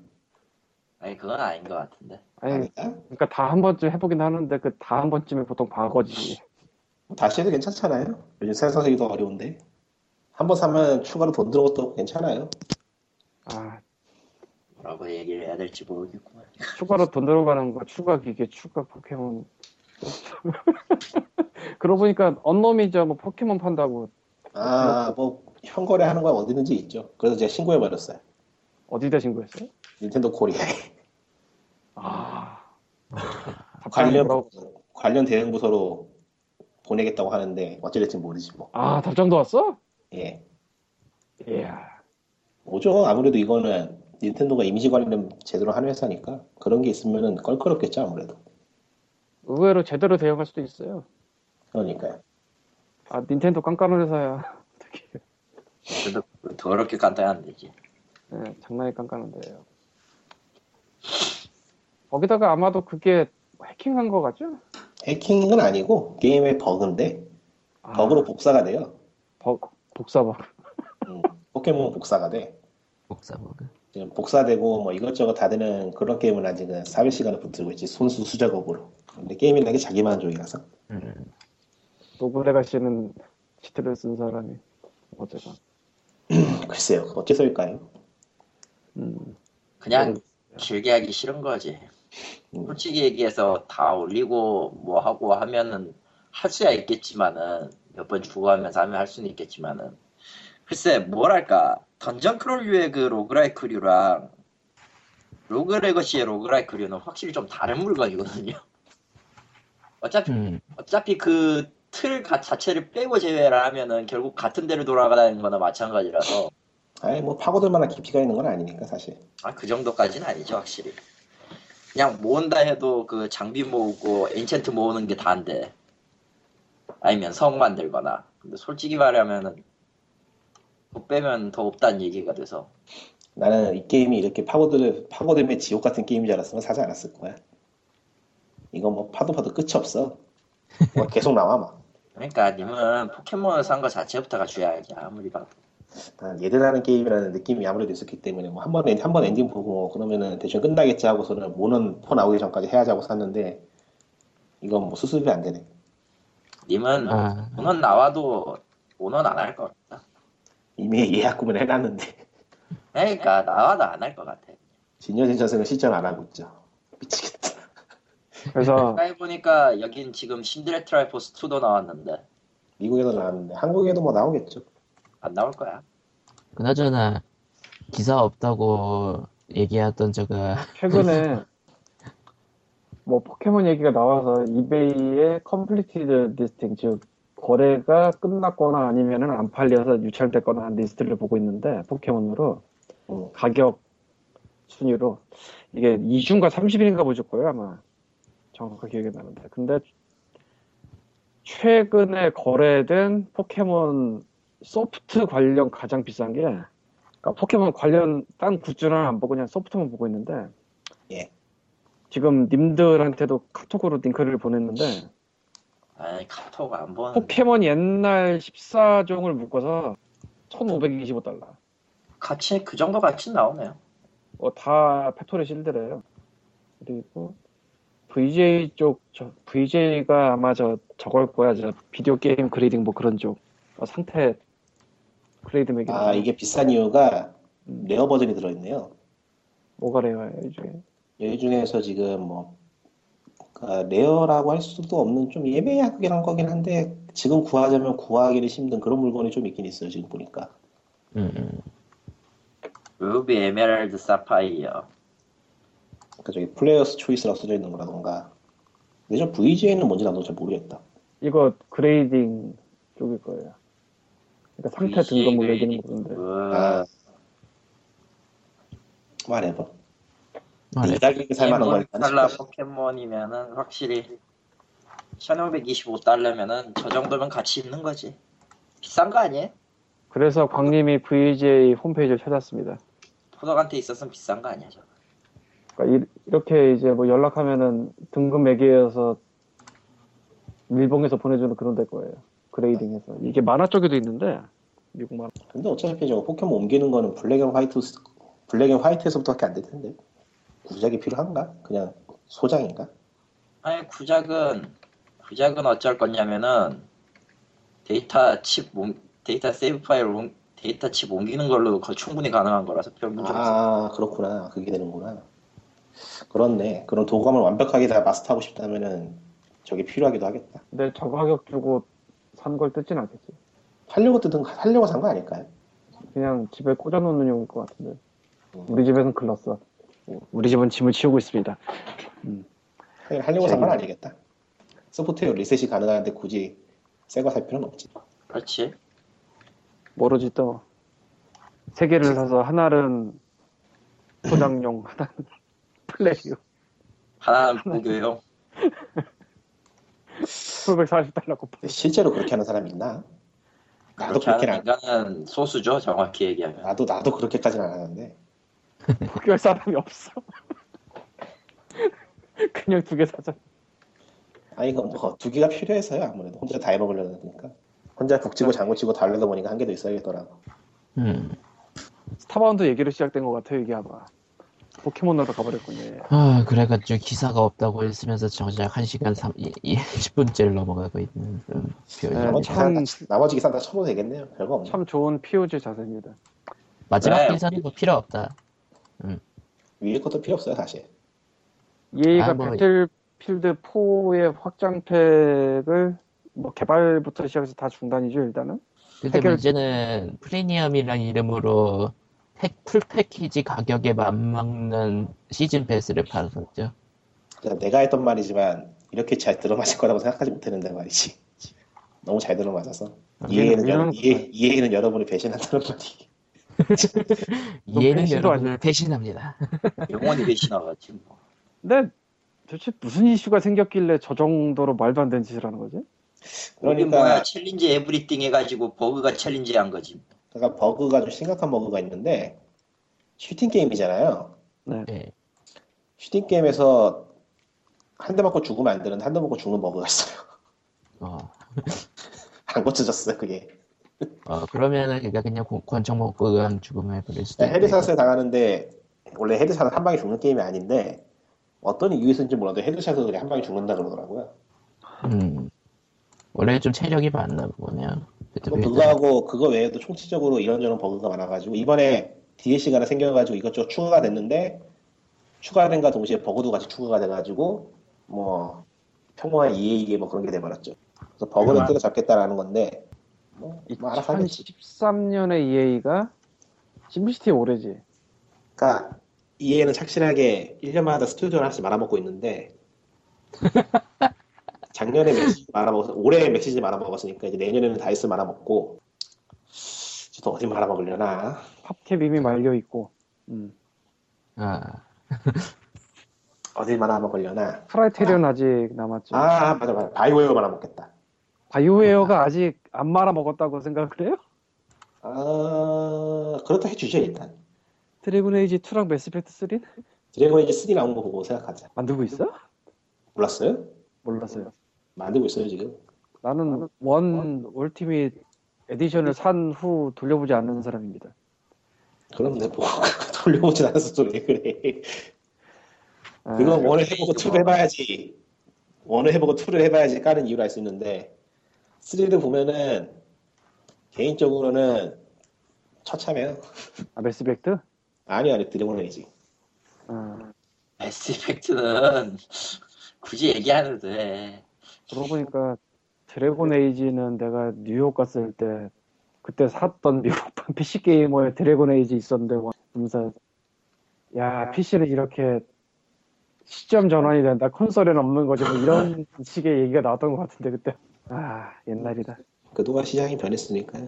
아니 그건 아닌 것 같은데.
아니,
아닌가?
그러니까 다 한 번쯤 해보긴 하는데 그 다 한 번쯤이 보통 과거지.
다시 해도 괜찮잖아요. 요즘 생산하기 더 어려운데 한 번 사면 추가로 돈 들어가도 또 괜찮아요.
아,
뭐라고 얘기를 해야 될지 모르겠구만.
추가로 돈 들어가는 거, 추가 기계, 추가 포켓몬. [LAUGHS] 그러고 보니까 언놈이죠. 뭐 포켓몬 판다고
아뭐 현거래 하는 건 어디든지 있죠. 그래서 제가 신고해 버렸어요.
어디다 신고했어요?
닌텐도 코리아에 [LAUGHS]
아, 답장이
관련
뭐라고-
관련 대응 부서로 보내겠다고 하는데 어찌 될지 모르지 뭐.
아, 답장도 왔어? 예.
예,
이야,
오죠. 아무래도 이거는 닌텐도가 이미지 관리를 제대로 하는 회사니까 그런 게 있으면은 껄끄럽겠죠 아무래도.
의외로 제대로 대응할 수도 있어요.
그러니까요.
아, 닌텐도 깐깐한 회사야. [LAUGHS] 어떻게?
그래도 더럽게 간단한 되지.
네, 장난이 깐깐한데요. 거기다가 아마도 그게 해킹한 거 같죠?
해킹은 아니고 게임의 버그인데
아,
버그로 복사가 돼요.
버- 복사버.
음, 포켓몬 복사가 돼.
복사버그.
지금 복사되고 뭐 이것저것 다 되는 그런 게임은 아직은 400시간을 붙들고 있지 손수 수작업으로 근데 게임이라는 게 자기 만족이라서
음.
노브레가씨는 치트를 쓴 사람이 어쨌건.
글쎄요 어째서일까요?
음,
그냥 길게 하기 싫은 거지.
음.
솔직히 얘기해서 다 올리고 뭐 하고 하면은 할 수야 있겠지만은 몇 번 주고 하면서 하면 할 수는 있겠지만은 글쎄 뭐랄까 던전 크롤류의 그 로그라이크류랑 로그레거시의 로그라이크류는 확실히 좀 다른 물건이거든요. [LAUGHS] 어차피
음.
어차피 그 틀 자체를 빼고 제외를 하면은 결국 같은 데를 돌아가는 거나 마찬가지라서
아예 뭐 파고들 만한 깊이가 있는 건 아니니까 사실
아, 그 정도까지는 아니죠, 확실히. 그냥 모은다 해도 그 장비 모으고 엔첸트 모으는 게 다인데. 아니면 성 만들거나. 근데 솔직히 말하면은 더 빼면 더 없다는 얘기가 돼서.
나는 이 게임이 이렇게 파고들 파고들면 지옥 같은 게임인 줄 알았으면 사지 않았을 거야 이건 뭐 파도 파도 끝이 없어 뭐 계속 나와 막
그러니까 님은 포켓몬을 산 거 자체부터가 주야지 아무리 봐도.
난 얘들하는 게임이라는 느낌이 아무래도 있었기 때문에 뭐 한번 한번 엔딩 보고 뭐 그러면은 대충 끝나겠지 하고서는 모는 포 나오기 전까지 해야지 하고 샀는데 이건 뭐 수습이 안 되네
님은
아,
원원 나와도 원원 안 할 것 같다.
이미 예약 구매를 해놨는데 [LAUGHS]
그러니까 나와도 안 할 것 같아.
진여진 전생을 실전 안 하고 있죠. 미치겠다.
그래서
가까이 보니까 여긴 지금 신드레 트라이포스 2도 나왔는데
미국에도 나왔는데 한국에도 뭐 나오겠죠.
안 나올 거야.
그나저나 기사 없다고 얘기하던 저가
최근에 뭐 포켓몬 얘기가 나와서 이베이에 컴플리티드 리스팅 즉 거래가 끝났거나 아니면은 안 팔려서 유찰됐거나 한 리스트를 보고 있는데 포켓몬으로
음.
가격 순위로 이게 2주인가 30일인가 보실 거예요 아마 정확하게 기억이 나는데 근데 최근에 거래된 포켓몬 소프트 관련 가장 비싼 게 그러니까 포켓몬 관련 딴 굿즈는 안 보고 그냥 소프트만 보고 있는데
예.
지금 님들한테도 카톡으로 링크를 보냈는데
아이 카톡 안 보는
포켓몬 옛날 14종을 묶어서 1525달러
같이 그 정도 같이 나오네요.
어, 다 팩토리 실드래요 그리고 VJ 쪽 저, VJ가 아마 저 저걸 거야 저 비디오 게임 그레이딩 뭐 그런 쪽 어, 상태 그레이드 맥이
아 이게 비싼 이유가 레어 버전이 들어있네요.
뭐가 레어예요 이게
이 중에서 지금 뭐 그러니까 레어라고 할 수도 없는 좀 예매하게 한 거긴 한데 지금 구하자면 구하기는 힘든 그런 물건이 좀 있긴 있어요 지금 보니까
음, 음.
루비 에메랄드 사파이어.
그러니까 저기 플레이어스 초이스라고 써져 있는 거라던가 근데 저 VGA는 뭔지 나도 잘 모르겠다
이거 그레이딩 쪽일 거예요 그러니까 상태 등급 뭐 얘기는 그런데
그
아 말해봐
아, 네.
이달리기 살만한 거니까
뭐 달러 포켓몬이면은 확실히 1525달러면은 저 정도면 같이 있는 거지. 비싼 거 아니에요?
그래서 광님이 VGA 홈페이지를 찾았습니다
포덕한테 있어서는 비싼 거 아니야 저거.
그러니까 이, 렇게 이제 뭐 연락하면은 등급 매기에서 일본에서 보내주는 그런 데 거예요. 그레이딩해서 이게 만화 쪽에도 있는데 미국 만화.
근데 어차피 저거 포켓몬 옮기는 거는 블랙앤 화이트 블랙앤 화이트에서부터밖에 안 될 텐데 구작이 필요한가? 그냥 소장인가?
아니 구작은 구작은 어쩔 거냐면은 데이터 칩 옮- 데이터 세이브 파일 옮- 데이터 칩 옮기는 걸로 거- 충분히 가능한 거라서 별 문제 없어.
아 그렇구나 그게 되는구나 그렇네 그런 도감을 완벽하게 다 마스터하고 싶다면은 저게 필요하기도 하겠다
근데 저 가격 주고 산 걸 뜯진 않겠지.
하려고 뜯은 하려고 산 거 아닐까요?
그냥 집에 꽂아놓는 용일 것 같은데.
음.
우리 집에선 글렀어. 우리 집은 짐을 치우고 있습니다.
하긴 하려고 산 건 아니겠다 소프트웨어 리셋이 가능한데 굳이 새거 살 필요는 없지
그렇지.
모르지 또. 세 개를 사서 하나는 포장용, 하나는 [LAUGHS] 플레이용.
하나는 무교용.
940달러 곱하.
근데 실제로 그렇게 하는 사람 있나? 나도
그렇게 하는
그렇게는 안,
인간은 소수죠 정확히 얘기하면.
나도 나도 그렇게까지는 안 하는데
포기할 사람이 없어. [LAUGHS] 그냥 두 개 사자.
아 이거 뭐두 개가 필요해서요 아무래도 혼자 다 해먹으려다 보니까 혼자 북치고 장구치고 달래다 보니까 한 개도 있어야겠더라고
음.
스타바운드 얘기로 시작된 것 같아요, 이게 아마. 포켓몬으로 가버렸군요.
아, 그래가지고 기사가 없다고 했으면서 정작 1시간 3, 10분째를 넘어가고 있는 그런
네,
표현.
나머지,
참-
기사, 나머지 기사 다 쳐도 되겠네요 별거 없네
참 좋은 POG 자세입니다.
마지막
네.
기사는 뭐 필요 없다.
위에 것도 필요 없어요 사실
EA가
아, 뭐-
배틀필드 4의 확장팩을 뭐 개발부터 시작해서 다 중단이죠, 일단은.
근데
해결-
문제는 프리미엄이라는 이름으로 팩, 풀 패키지 가격에 맞먹는 시즌 패스를 팔았었죠.
그러니까 내가 했던 말이지만 이렇게 잘 들어맞을 거라고 생각하지 못했는데 말이지 너무 잘 들어맞아서 이해는
이해는
여러, 이해, 이해는 여러분을 배신한다는 말이
얘는
팬시도
여러분을 배신합니다.
영원히
[LAUGHS]
배신하겠지 뭐.
근데 도대체 무슨 이슈가 생겼길래 저 정도로 말도 안 되는 짓을 하는 거지?
우리
그러니까
뭐야 챌린지 에브리띵 해가지고 버그가 챌린지한 거지.
그러니까 버그가 좀 심각한 버그가 있는데 슈팅 게임이잖아요
네.
네.
슈팅 게임에서 한 대 맞고 죽으면 안 되는데 한 대 맞고 죽는 버그가 있어요 [LAUGHS]
어,
안 고쳐졌어요 그게
어, 그러면은 그러니까 그냥 고- 권총 먹고 그냥 죽음을 부릴 수도 있고.
네, 헤드샷을 당하는데 원래 헤드샷은 한 방에 죽는 게임이 아닌데 어떤 이유에서인지 몰라도 헤드샷은 그냥 한 방에 죽는다 그러더라고요.
음. 원래 좀 체력이 많나 보네요.
그거 불구하고 그거 외에도 총체적으로 이런저런 버그가 많아가지고 이번에 DLC가 하나 생겨가지고 이것저것 추가가 됐는데 추가된과 동시에 버그도 같이 추가가 돼가지고 뭐 평범한 EA게 뭐 그런 게 돼버렸죠. 그래서 버그를
그만.
뜯어 잡겠다라는 건데 뭐, 뭐 알아서 하겠지.
2013년에 EA가 심시티 오래지.
그러니까 EA는 착실하게 1년마다 스튜디오를 하나씩 말아먹고 있는데 작년에 맥시즈 말아먹어서 올해 맥시즈 말아먹었으니까 이제 내년에는 다이스 말아먹고 저도 어디 말아먹으려나
팝캡
네.
이미 말려 있고. 음.
아,
어디 말아먹으려나
프라이테리온 아직 남았죠.
아 맞아 맞아 바이오웨어 말아먹겠다
바이오웨어가 아직 안 말아 먹었다고 생각을 [LAUGHS] 해요?
아 그렇다 해주죠 일단
드래곤 에이지 2랑 매스 이펙트 3는?
드래곤 에이지 3 나온 거 보고 생각하자.
만들고 있어?
몰랐어요?
몰랐어요.
만들고 있어요 지금.
나는 원 울티밋 에디션을 산 후 돌려보지 않는 사람입니다.
그럼 내 보고 [LAUGHS] 돌려보진 않았어 또왜 그래?
아,
그건 원을 해보고 투를 해봐야지. 원을 해보고 투를 해봐야지 까는 이유를 알 수 있는데 3를 보면은 개인적으로는 처참해요.
아, 메스백트?
아니 아니 드래곤 에이지.
아,
에스 이펙트는 [LAUGHS] 굳이 얘기 안 해도 돼.
그러고 보니까 드래곤 에이지는 내가 뉴욕 갔을 때 그때 샀던 [LAUGHS] 미국판 PC 게이머에 드래곤 에이지 있었는데 보면서 야 PC는 이렇게 시점 전환이 된다 콘솔에는 없는 거지 뭐 이런 식의 얘기가 나왔던 것 같은데 그때 아 옛날이다
그동안 시장이 변했으니까요.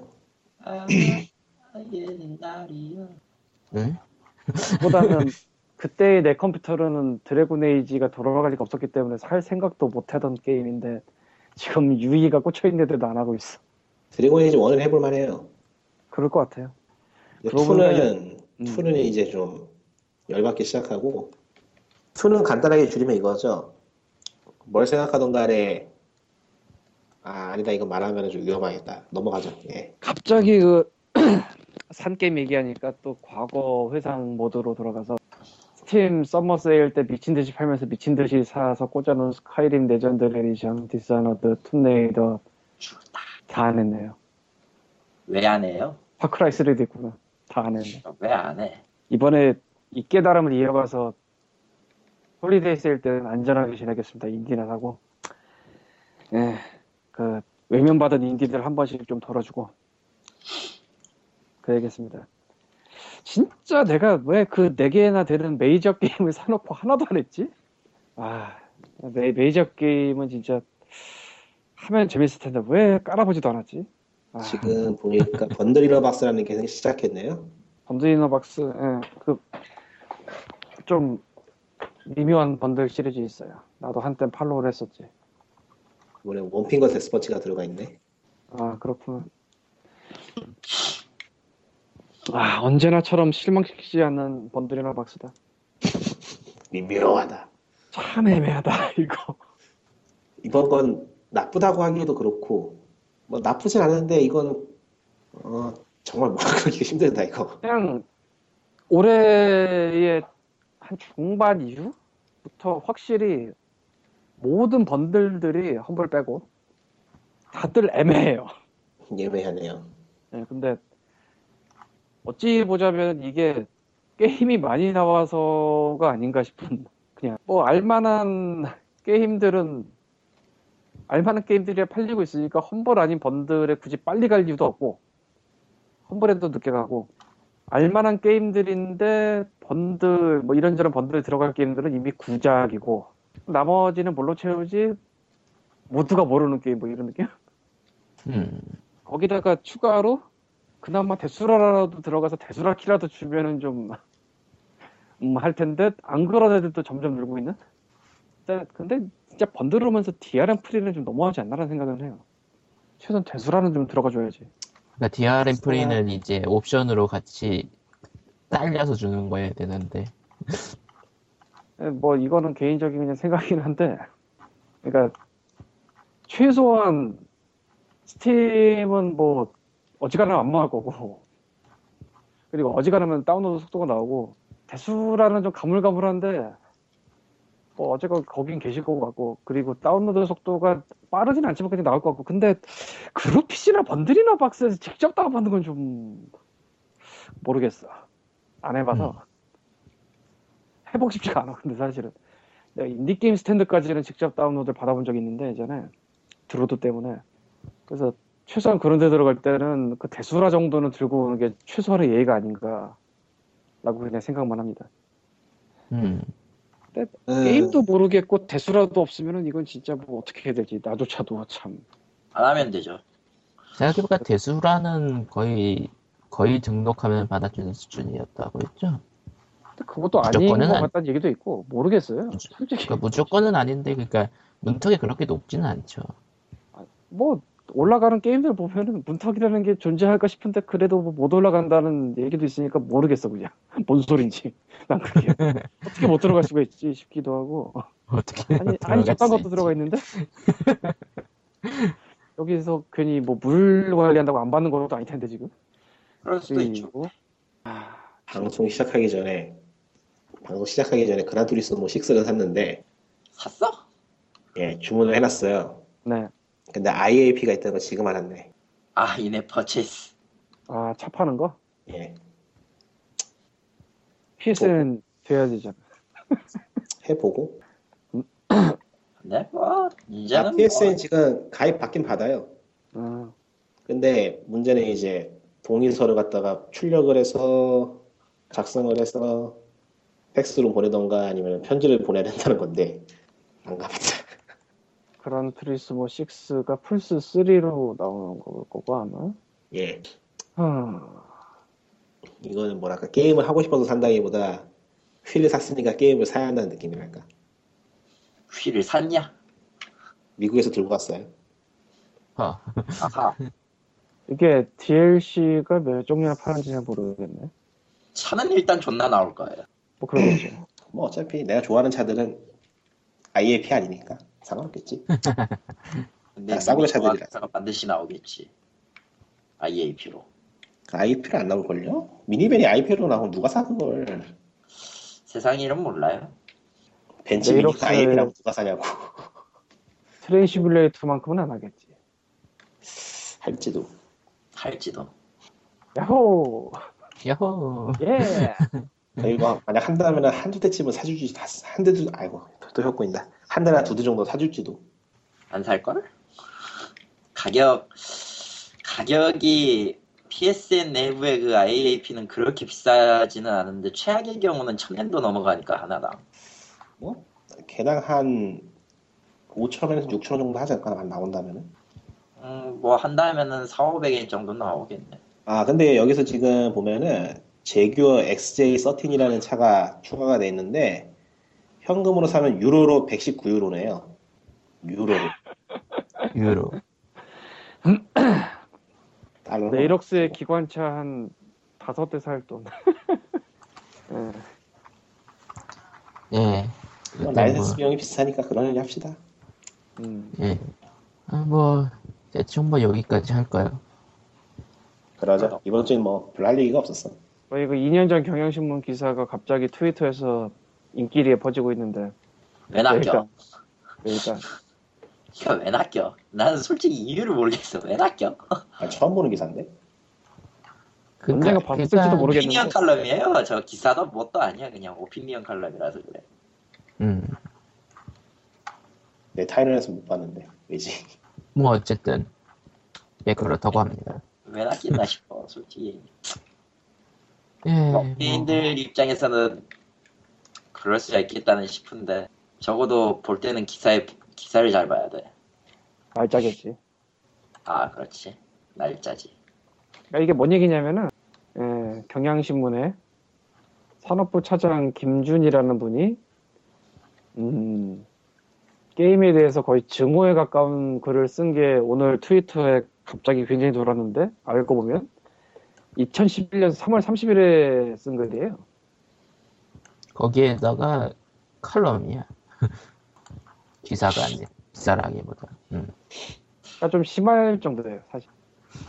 아, 이게 날이요.
응?
보다는 그때의 내 컴퓨터로는 드래곤 에이지가 돌아갈 리가 없었기 때문에 살 생각도 못하던 게임인데 지금 유이가 꽂혀있는데도 안 하고 있어
드래곤 에이지 원을 해볼 만해요.
그럴 것 같아요 그러고
투는
음.
투는 이제 좀 열받기 시작하고 투는 간단하게 줄이면 이거죠. 뭘 생각하던 간에 아 아니다 이거 말하면 좀 위험하겠다 넘어가죠. 예.
갑자기 그 [CLEARS THROAT] 산게임 얘기하니까 또 과거 회상 모드로 돌아가서 스팀 썸머 세일 때 미친 듯이 팔면서 미친 듯이 사서 꽂아놓은 스카이림 레전드 에디션, 디스너드, 툰레이더 다 안 했네요.
왜 안 해요?
파크라이 3도 있구나. 다 안 했네.
왜 안 해?
이번에 이 깨달음을 이어가서 홀리데이 세일 때는 안전하게 지내겠습니다. 인디나 사고. 예, 그 외면받은 인디들 한 번씩 좀 덜어주고 그래야겠습니다. 진짜 내가 왜 그 네 개나 되는 메이저 게임을 [LAUGHS] 사놓고 하나도 안 했지? 아, 메, 메이저 게임은 진짜 하면 재밌을 텐데 왜 깔아보지도 않았지? 아.
지금 보니까 번들이러 박스라는 게 시작했네요.
번드이너 박스 그 좀 미묘한 번들 시리즈 있어요. 나도 한때 팔로우를 했었지.
이번에 원핑과 데스퍼치가 들어가 있네.
아 그렇구나. 아 언제나처럼 실망시키지 않는 번들이너 박스다.
미묘하다.
참 애매하다 [LAUGHS] 이거.
이번 건 나쁘다고 하기도 그렇고 뭐 나쁘진 않은데 이건 어, 정말 뭐라기 힘들다 이거.
그냥 올해의 한 중반 이후부터 확실히 모든 번들들이 험벌 빼고 다들 애매해요.
예매하네요.
예, 근데 어찌 보자면 이게 게임이 많이 나와서가 아닌가 싶은 [LAUGHS] 그냥 뭐 알만한 게임들은 알만한 게임들이 팔리고 있으니까 험벌 아닌 번들에 굳이 빨리 갈 이유도 없고 험벌에도 늦게 가고 알만한 게임들인데 번들 뭐 이런저런 번들에 들어갈 게임들은 이미 구작이고 나머지는 뭘로 채우지 모두가 모르는 게임 뭐 이런 느낌?
음.
거기다가 추가로 그나마 대수라라도 들어가서 대수라 키라도 주면은 좀, 음, 할 텐데, 안 그런 애들도 점점 늘고 있는? 근데, 근데 진짜 번들 오면서 DRM 프리는 좀 너무하지 않나라는 생각은 해요. 최소한 대수라는 좀 들어가줘야지.
그러니까 DRM 프리는 이제 옵션으로 같이 딸려서 주는 거야 되는데.
예, 뭐, 이거는 개인적인 그냥 생각이긴 한데, 그러니까, 최소한 스팀은 뭐, 어지간하면 안 망할 거고, 그리고 어지간하면 다운로드 속도가 나오고 대수라는 좀 가물가물한데 뭐 어쨌건 거긴 계실 것 같고 그리고 다운로드 속도가 빠르진 않지만 그냥 나올 것 같고 근데 그룹 PC나 번들이나 박스에서 직접 다운받는 건 좀 모르겠어 안 해봐서 해보고 싶지가 않아 근데 사실은 내가 인디게임 스탠드까지는 직접 다운로드를 받아본 적이 있는데 예전에 드로드 때문에 그래서 최소한 그런 데 들어갈 때는 그 대수라 정도는 들고 오는 게 최소한의 예의가 아닌가 라고 그냥 생각만 합니다.
음.
음,
네.
게임도 모르겠고 대수라도 없으면은 이건 진짜 뭐 어떻게 해야 될지 나조차도 참
안 하면 되죠.
생각해보니까 대수라는 거의 거의 등록하면 받아주는 수준이었다고 했죠.
근데 그것도 아닌 것
무조건은 아니-
같다는 얘기도 있고 모르겠어요.
그렇죠.
솔직히
그러니까 무조건은 아닌데 그러니까 문턱이 그렇게 높지는 않죠.
뭐 올라가는 게임들 보면은 문턱이라는 게 존재할까 싶은데 그래도 뭐못 올라간다는 얘기도 있으니까 모르겠어 그냥 [LAUGHS] 뭔 소린지 난 그게
[LAUGHS]
어떻게 못 들어갈 수가 있지 싶기도 하고
어떻게
아니
들어갈
아니
수
저딴 것도
있지?
들어가 있는데 [LAUGHS] 여기서 괜히 뭐 물 관리한다고 안 받는 것도 아닐 텐데 지금
그럴 수도
음.
있죠.
그리고 아,
방송 시작하기 전에 방송 시작하기 전에 그란투리스모 6를 샀는데
샀어?
예 주문을 해놨어요.
네.
근데 IAP가 있다는 걸 지금 알았네.
아, 이네 퍼체스.
아, 차 파는
뭐.
거?
예
PSN 돼야 되잖아.
해보고
근데 뭐
아,
이제는
PSN
뭐,
지금 가입 받긴 받아요.
아,
근데 문제는 이제 동의서를 갖다가 출력을 해서 작성을 해서 팩스로 보내던가 아니면 편지를 보내야 된다는 건데 안 가봤다. [LAUGHS]
그란 트리스모 6가 플스 3로 나오는 걸 거고 아마. 아.
예,
하,
이거는 뭐랄까 게임을 하고 싶어서 산다기보다 휠을 샀으니까 게임을 사야 한다는 느낌이랄까.
뭐 휠을 샀냐?
미국에서 들고 갔어요.
어,
아하.
이게 DLC가 몇 종류나 파는지 잘 모르겠네.
차는 일단 존나 나올 거예요.
뭐 그런 거죠.
뭐 어차피 내가 좋아하는 차들은 IAP 아니니까 상관없겠지.
근데
아, 싸구려
이미
차들이라.
조합사가 반드시 나오겠지. IAP로.
IAP를 안 나올걸요? 미니밴이 IAP로 나오면 누가 사 그걸?
세상 이름 몰라요.
벤츠 미니가
네이록스에-
IAP라고 누가 사냐고 [LAUGHS]
트레인 시뮬레이터만큼은 안 하겠지.
할지도.
할지도.
야호!
야호.
예!
이거 그러니까 만약 한다면 한두 대쯤은 사줄지 다- 한 대도 아이고 또 혀꼬인다 한 대나
네.
두 대 정도 사줄지도
안 살 걸? 가격 가격이 PSN 내부의 그 IAP는 그렇게 비싸지는 않은데 최악의 경우는 천 엔도 넘어가니까 하나당.
뭐 개당 한 5천 원에서 6천 원 정도 하지 않을까 안 나온다면은
음, 뭐 한다면은 4, 500엔 정도 나오겠네.
아 근데 여기서 지금 보면은 제규어 XJ13이라는 차가 추가가 돼 있는데 현금으로 사면 유로로 119유로네요 유로로
유로.
달러로
네이럭스의 기관차 한 다섯 대 살 돈. [LAUGHS] 예.
예.
뭐
네.
라이센스 비용이 비싸니까 그런 얘기 합시다
음.
예. 아, 뭐 대충 뭐 여기까지 할까요?
아, 네.
그러자 이번 주엔 뭐 별로 할 얘기가 없었어
어, 이거 2년 전 경향신문 기사가 갑자기 트위터에서 인기리에 퍼지고 있는데
왜 낚여?
그러니까 그러니까
이거 왜 낚여? 난 솔직히 이유를 모르겠어. 왜 낚여?
아, 처음 보는 기사인데
그러니까
언젠가 봤을지도
일단-
모르겠- 모르겠는데.
오피니언 칼럼이에요. 저 기사도 뭣도 아니야. 그냥 오피니언 칼럼이라서 그래.
음.
내 타이틀에서 못 봤는데 왜지
뭐 어쨌든 예 그렇다고 합니다.
왜 낚였나 싶어. 솔직히
예. 뭐,
게임들 입장에서는 그럴 수가 있겠다는 싶은데 적어도 볼 때는 기사에 기사를 잘 봐야 돼.
말짜겠지.
아 그렇지 날짜지.
그러니까 이게 뭔 얘기냐면은 예, 경향신문에 산업부 차장 김준이라는 분이 음, 게임에 대해서 거의 증오에 가까운 글을 쓴 게 오늘 트위터에 갑자기 굉장히 돌았는데 알고 보면 2011년 3월 30일에 쓴 글이에요.
거기에다가 칼럼이야. [LAUGHS] 기사가 아니 기사라기보다. 음.
그러니까 좀 심할 정도예요 사실.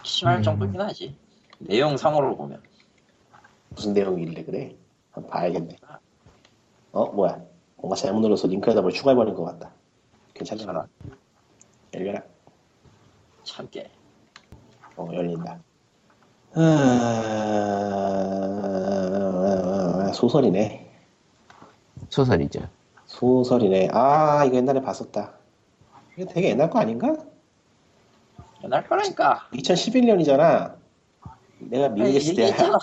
심할
음.
정도긴 하지. 내용상으로 보면
무슨 내용이길래 그래? 한번 봐야겠네. 어 뭐야? 뭔가 잘못 눌러서 링크에다 뭘 추가해버린 것 같다. 괜찮잖아. 열려라.
참게
어 열린다. 아, 소설이네.
소설이죠. 예,
소설이네. 아 이거 옛날에 봤었다. 이거 되게 옛날 거 아닌가?
옛날 거라니까.
2011년이잖아. 내가 미국에 있을 때
얘기했잖아.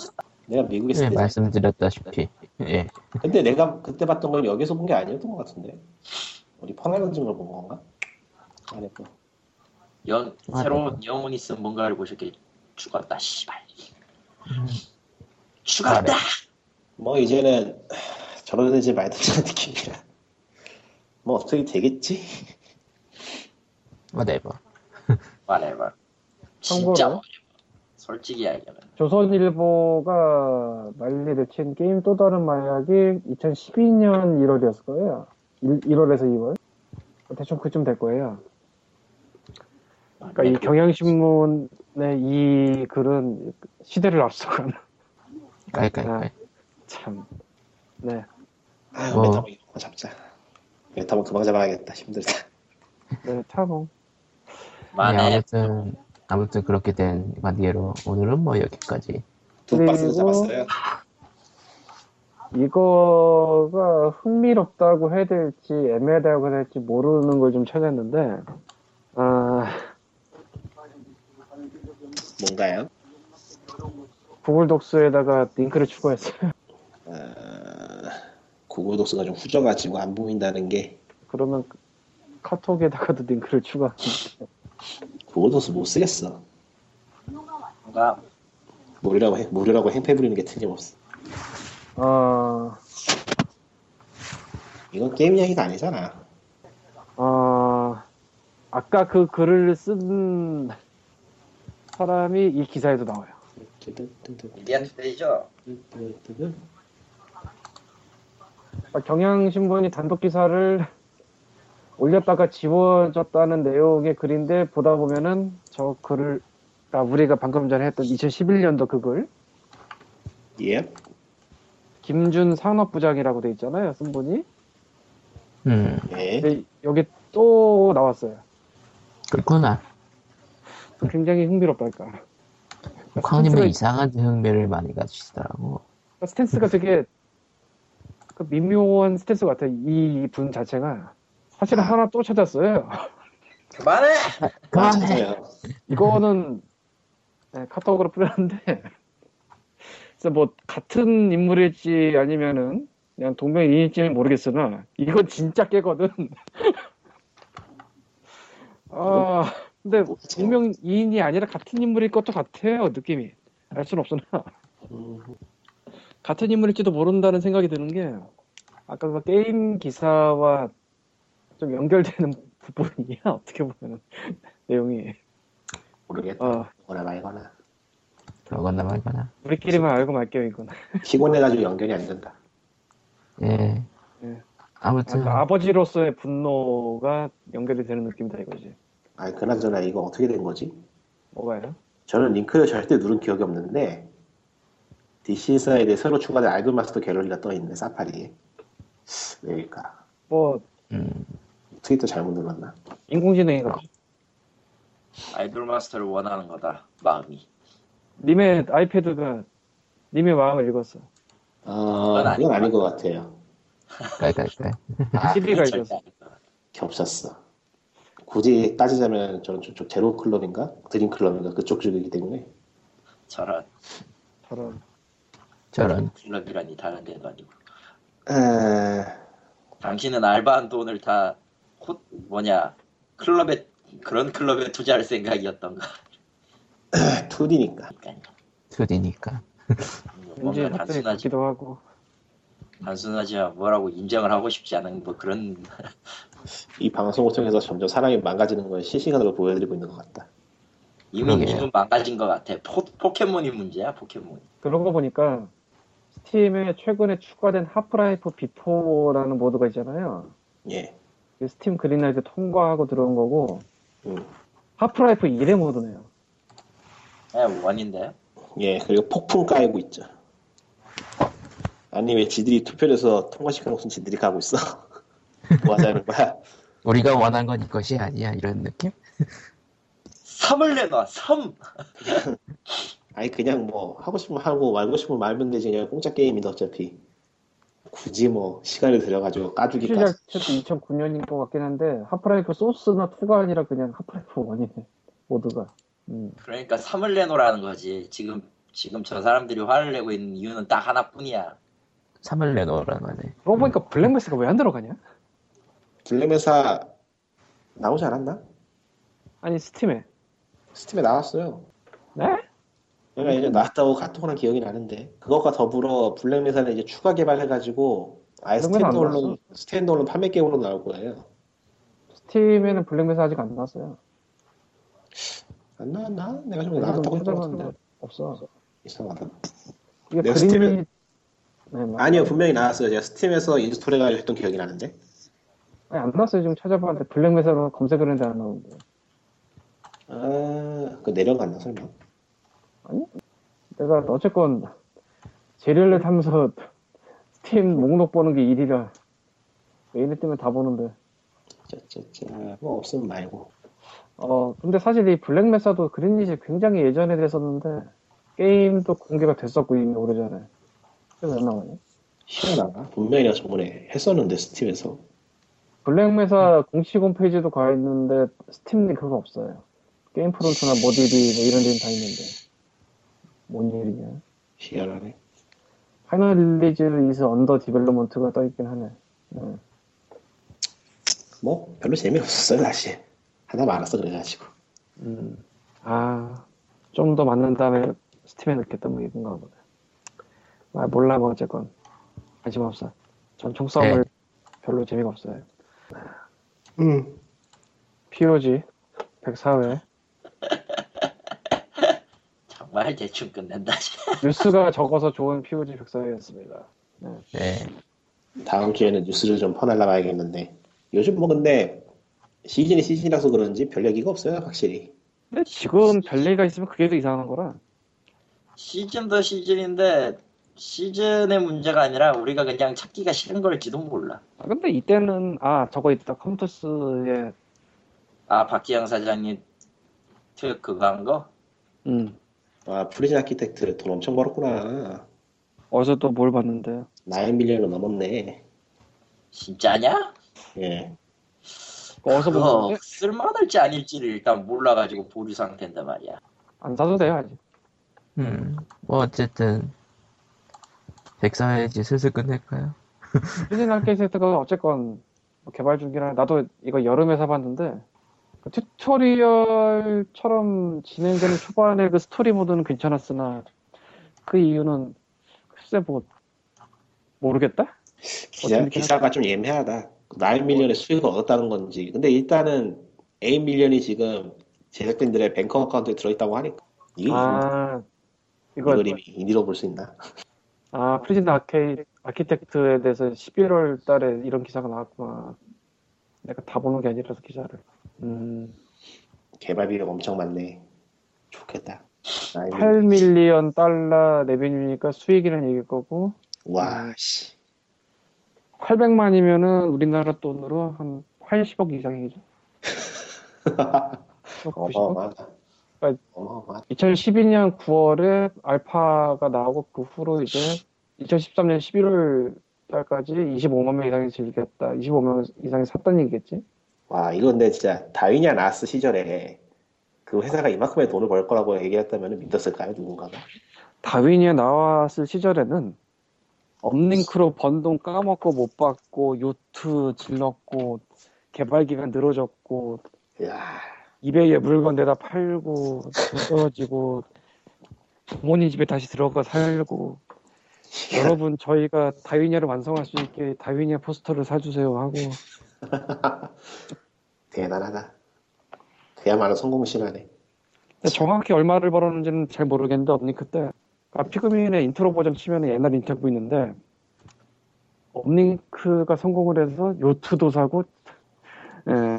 내가 미국에
예,
있을 때
말씀드렸다시피. 예.
근데 내가 그때 봤던 걸 여기서 본 게 아니었던 것 같은데 우리 펑알런진 걸본 건가? 안했고
연
아,
새로운 영혼이 쓴 뭔가를 보셨길 죽었다 씨발.
음.
죽었다.
뭐 이제는 저런 애지 말든지 느낌이라 뭐 어떻게 되겠지?
whatever.
whatever.
참고로-
진짜 whatever. 솔직히 이야기하면
조선일보가 난리를 친 게임 또 다른 마약이 2012년 1월이었을 거예요. 1, 1월에서 2월? 대충 그쯤 될 거예요.
네,
그러니까 이 경향신문의 이 글은 시대를
[LAUGHS]
앞서가는
깔깔깔. 예,
참. 네.
아유
어.
메타몽 이거 잡자 메타몽 그만 잡아야겠다 힘들다 [LAUGHS]
네, 타봉.
네,
만에
아무튼 아무튼 그렇게 된 관계로 오늘은 뭐 여기까지. 음,
두 박스를
뭐.
그리고-
잡았어요
이거
이거가
흥미롭다고 해야 될지 애매하다고 해야 될지 모르는 걸 좀 찾았는데
아,
뭔가요?
구글 독서에다가 링크를
[LAUGHS]
추가했어요.
구글 독서가 좀 후져가지고 안 보인다는 게
그러면 카톡에다가도 링크를 추가.
구글 독서 못 쓰겠어
뭔가
무료라고 해- 무료라고 행패 부리는 게 틀림없어
아,
이건 게임 이야기가 아니잖아
아, 아까 그 글을 쓴 사람이 이 기사에도 나와요.
미디어 투데이죠.
아, 경향신문이 단독 기사를 올렸다가 지워졌다는 내용의 글인데 보다 보면은 저 글을 아, 우리가 방금 전에 했던 2011년도 그 글
예?
김준 산업부장이라고 돼 있잖아요 쓴 분이
음
예?
근데 여기 또 나왔어요
그렇구나.
굉장히 흥미롭달까
뭐 광님은
스탠스가-
이상한 흥미를 많이 가지시더라고.
그러니까 스탠스가 되게 그 미묘한 스탠스 같아요 이 분 자체가 사실 은 하나 또 찾았어요
그만해.
그만해.
맞아요.
이거는 네, 카톡으로 뿌렸는데 그래서 뭐 같은 인물일지 아니면은 그냥 동명이인일지는 모르겠으나 이건 진짜 깨거든. [LAUGHS] 아 근데 동명이인이 아니라 같은 인물일 것도 같아요 느낌이 알 수는 없으나
음,
같은 인물일지도 모른다는 생각이 드는 게 아까 그 게임 기사와 좀 연결되는 [LAUGHS] 부분이야 어떻게 보면 [LAUGHS] 내용이
모르겠다
아
거나 말거나
그러거나 말거나.
우리끼리만 알고 말게요 이건.
피곤해가지고 연결이 안 된다
예.
예.
아무튼
아버지로서의 분노가 연결이 되는 느낌이다 이거지.
아니 그나저나 이거 어떻게 된 거지?
뭐가요?
저는 링크를 절대 누른 기억이 없는데 DC 인사이드에 새로 추가된 아이돌 마스터 갤러리가 떠있네 사파리에 왜일까
뭐
음,
트위터 잘못 눌렀나
인공지능이
아.
가
아이돌 마스터를 원하는 거다. 마음이.
님의 아이패드가 님의 마음을 읽었어.
아
아니-
이건 아닌 것 같아요
깔깔깔.
아,
CD가
절대
읽었어.
아니다.
겹쳤어 굳이 따지자면 저는 저쪽 제로 클럽인가 드림 클럽인가 그쪽 쪽이기 때문에
저런
저런.
저런.
클럽이라니 다른 데도 아니고.
아,
당신은 알바한 돈을 다 호, 뭐냐 클럽에 그런 클럽에 투자할 생각이었던가.
2D니까
그러니까
2D니까.
왠지
뭔가
확실히
단순하지
같기도 하고.
단순하지만 뭐라고 인정을 하고 싶지 않은 뭐 그런
이 방송을 통해서 점점 사람이 망가지는 걸 실시간으로 보여드리고 있는 것 같다
이미
그러게요.
이분 망가진 것 같아. 포, 포켓몬이 문제야 포켓몬.
그러고 보니까 스팀에 최근에 추가된 하프라이프 비포라는 모드가 있잖아요.
예
이 스팀 그린라이트 통과하고 들어온 거고
음.
하프라이프 1의 모드네요.
예, 원인데.
예, 그리고 폭풍 까이고 있죠. 아니 왜 지들이 투표를 해서 통과시켜놓고 무슨 지들이 가고 있어? [LAUGHS] 뭐 하자는 거야?
우리가 원한 건 이것이 아니야 이런 느낌?
섬을 내놔 섬.
아니 그냥 뭐 하고 싶으면 하고 말고 싶으면 말면 되지 그냥 공짜 게임인데 어차피 굳이 뭐 시간을 들여가지고 까주기까지
출시작체도 2009년인 것 같긴 한데 하프라이프 소스나 2가 아니라 그냥 하프라이프 1이네 모드가. 음.
그러니까 섬을 내놓으라는 거지. 지금 지금 저 사람들이 화를 내고 있는 이유는 딱 하나뿐이야.
3을 내놓으라는 거네.
그러고 보니까 블랙메스가 왜 안 들어가냐?
블랙메사 나오지 않았나? 아니
스팀에.
스팀에 나왔어요.
네?
내가 예전 나왔다고 카톡을 한 기억이 나는데 그것과 더불어 블랙메사는 이제 추가 개발해가지고 아예
블랙메사 안
스탠드얼론
나왔어?
스탠드얼론 판매 게임으로 나올 거예요.
스팀에는 블랙메스 아직 안 나왔어요.
안 나왔나? 내가 좀
내가
아, 나왔다고
좀
했던 것 같은데
찾아봤는데 없어.
이상하다.
이게
내가
그림이 네, 맞-
아니요 분명히 나왔어요. 제가 스팀에서 인스톨 해가지고 했던 기억이 나는데
아니, 안 나왔어요. 지금 찾아봤는데 블랙메사로 검색을 했는데 안 나오는데.
아그 내려갔나 설마?
내가 어쨌건 제리를 타면서 스팀 목록 보는 게 일이라 메인에 뜨면 다 보는데.
짜짜짜 뭐 없으면 말고
어 근데 사실 이 블랙메사도 그린릿이 굉장히 예전에 됐었는데 게임도 공개가 됐었고 이미 오래전에. 그래서 안 나오네.
희한하다. 분명히 내가 저번에 했었는데 스팀에서
블랙메사 공식 홈페이지도 가 있는데 스팀이 그거 없어요. 게임프론트나 모디비 뭐 이런 데는 다 있는데 뭔 일이냐?
희한하네.
파이널 릴리즈 이즈 언더 디벨로먼트가 떠 있긴 하네. 네.
뭐 별로 재미없었어요 다시 하다 말았어 그래가지고
아
음. 좀 더 만난 다음에 스팀에 넣겠던 뭐 이건가 보다. 아 몰라 뭐 어쨌건 관심 없어. 전 총싸움을
네.
별로 재미가 없어요.
음
POG 104회
정말 대충 끝낸다.
뉴스가 [LAUGHS] 적어서 좋은 POG 104회였습니다.
네.
다음 주에는 뉴스를 좀 퍼날라봐야겠는데 요즘 뭐 근데 시즌이 시즌이라서 그런지 별 얘기가 없어요 확실히
근데 지금 별 얘기가 있으면 그게 더 이상한 거라.
시즌도 시즌인데 시즌의 문제가 아니라 우리가 그냥 찾기가 싫은 걸지도 몰라.
아, 근데 이때는 아 저거 있다 컴퓨터스의
아 박기영 사장이 트윗 그거 한 거?
음
아 프리즌 아키텍트 돈 엄청 벌었구나
어디서 또 뭘 봤는데
9 밀리언 넘었네
진짜냐?
예
어디서 뭐 본
그거
건데
쓸만할지 아닐지를 일단 몰라가지고 보류 상태인데 말이야.
안 사도 돼요 아직.
음, 뭐 어쨌든 백사회 이제 슬슬 끝낼까요?
피진 알케이세트가 어쨌건 뭐 개발 중이라 나도 이거 여름에 사봤는데 그 튜토리얼처럼 진행되는 초반에 그 스토리 모드는 괜찮았으나 그 이유는 글쎄 뭐 모르겠다.
기사, 기사가 좀 예매하다 9 밀리언의 수익을 얻었다는 건지 근데 일단은 8 밀리언이 지금 제작진들의 뱅커 어카운트에 들어있다고 하니까 이게
아
이
이거
그림이 인디로 볼 수 있나
아 프리즌 아케 아키텍트에 대해서 11월 달에 이런 기사가 나왔구나. 내가 다 보는 게 아니라서 기사를. 음
개발비가 엄청 많네 좋겠다 9 밀리언.
8밀리언 달러 레베뉴니까 수익이라는 얘기일 거고 아,
와 씨.
800만이면은 우리나라 돈으로 한 80억 이상이죠.
[LAUGHS]
그
어마어마하다.
빨리.
어마어마하다.
2012년 9월에 알파가 나오고 그 후로 이제 2013년 11월 달까지 25만 명 이상이 즐겼다. 25만 이상이 샀다는 얘기겠지?
와 이거 근데 진짜 다윈이나 나스 시절에 그 회사가 이만큼의 돈을 벌 거라고 얘기했다면 믿었을까요 누군가가?
다윈이 나왔을 시절에는 업링크로 번 돈 까먹고 못 받고 요트 질렀고 개발 기간 늘어졌고
이야
이베이에 물건 내다 팔고 떨어지고 부모님 집에 다시 들어가 살고 여러분 저희가 다윈야를 완성할 수 있게 다윈야 포스터를 사주세요 하고
대단하다. 그야말로 성공 신화네.
근데 정확히 얼마를 벌었는지는 잘 모르겠는데 언니 그때 아, 피그민의 인트로 버전 치면 옛날 인터뷰 있는데 업링크가 성공을 해서 요트도 사고 예.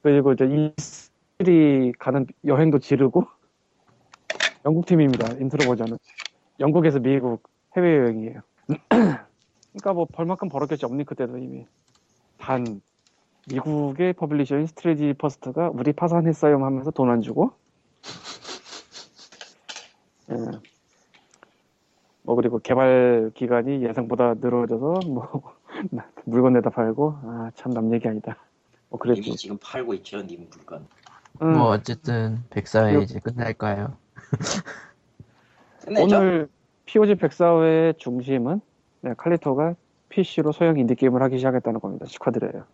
그리고 이제 이스리 가는 여행도 지르고 [LAUGHS] 영국 팀입니다 인트로 버전은 영국에서 미국 해외 여행이에요 [CLEARS THROAT] 그러니까 뭐 벌만큼 벌었겠지 업링크 때도 이미 단 미국의 퍼블리셔인 스트레지 퍼스트가 우리 파산했어요 하면서 돈 안 주고 예. 뭐 그리고 개발 기간이 예상보다 늘어져서 뭐 [LAUGHS] 물건 내다 팔고 아 참 남 얘기 아니다 뭐 그랬죠
이미 지금 팔고 있죠 님 물건.
음,
뭐 어쨌든 백사회
요-
이제 끝낼까요?
끝내죠?
오늘 POG 104회의 중심은 네, 칼리토가 PC로 소형 인디게임을 하기 시작했다는 겁니다 축하드려요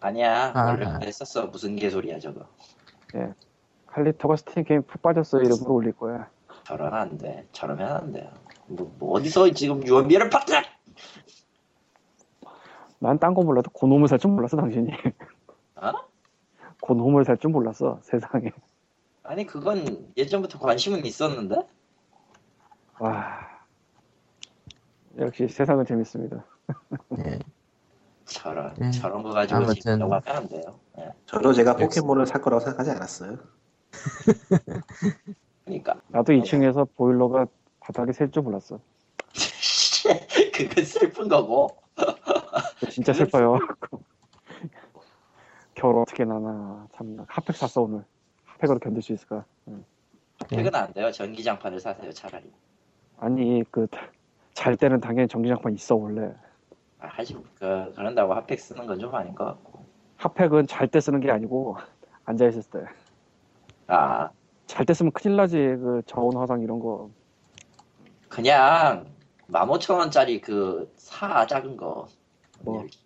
아니야
아.
원래부터 했었어 무슨 개소리야 저거.
칼리토가 스팀 게임 푹 빠졌어 이름으로 올릴 거야
저러면 안 돼. 저러면 안 돼요. 뭐, 뭐 어디서 지금 유언비를 팍!
난 딴 거 몰라도 고놈을 [LAUGHS] 살 줄 몰랐어 당신이
어?
고놈을 살 줄 몰랐어 세상에
아니 그건 예전부터 관심은 있었는데
와 역시 세상은 재밌습니다.
예.
저런
네.
저런 거 가지고
아무튼.
지금 영화 까는데요. 예.
저도 제가 포켓몬을 살 거라고 생각하지 않았어요.
그러니까 [LAUGHS]
나도 2층에서 보일러가 바닥에 셀 줄 몰랐어.
그건 슬픈 거고
진짜 슬퍼요. [LAUGHS] 겨울 어떻게 나나 참나 핫팩 샀어 오늘. 핫팩으로 견딜 수 있을까? 응.
그건 안 돼요. 전기장판을 사세요 차라리.
아니 그 잘 때는 당연히 전기장판 있어 원래.
아, 하지 그 그런다고 핫팩 쓰는 건 좀 아닌 것 같고.
핫팩은 잘 때 쓰는 게 아니고 앉아 있을 때.
아
잘 때 쓰면 큰일 나지 그 저온 화상 이런 거.
그냥 15,000원짜리 그 사 작은 거.
뭐.
열기.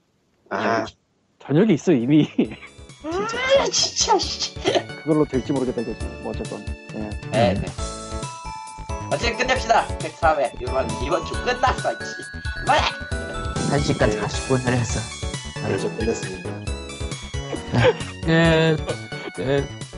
아,
열기.
저녁이 있어 이미 [LAUGHS]
아, 진짜 씨.
그걸로 될지 모르겠다 이거지. 뭐 어쨌건. 예.
네, 네. 어쨌든 끝냅시다. 103회 이번 이번 주 끝났어. 씨. 말.
1시간
네.
40분을 해서.
그래서 끝냈습니다.
예. 끝. 끝.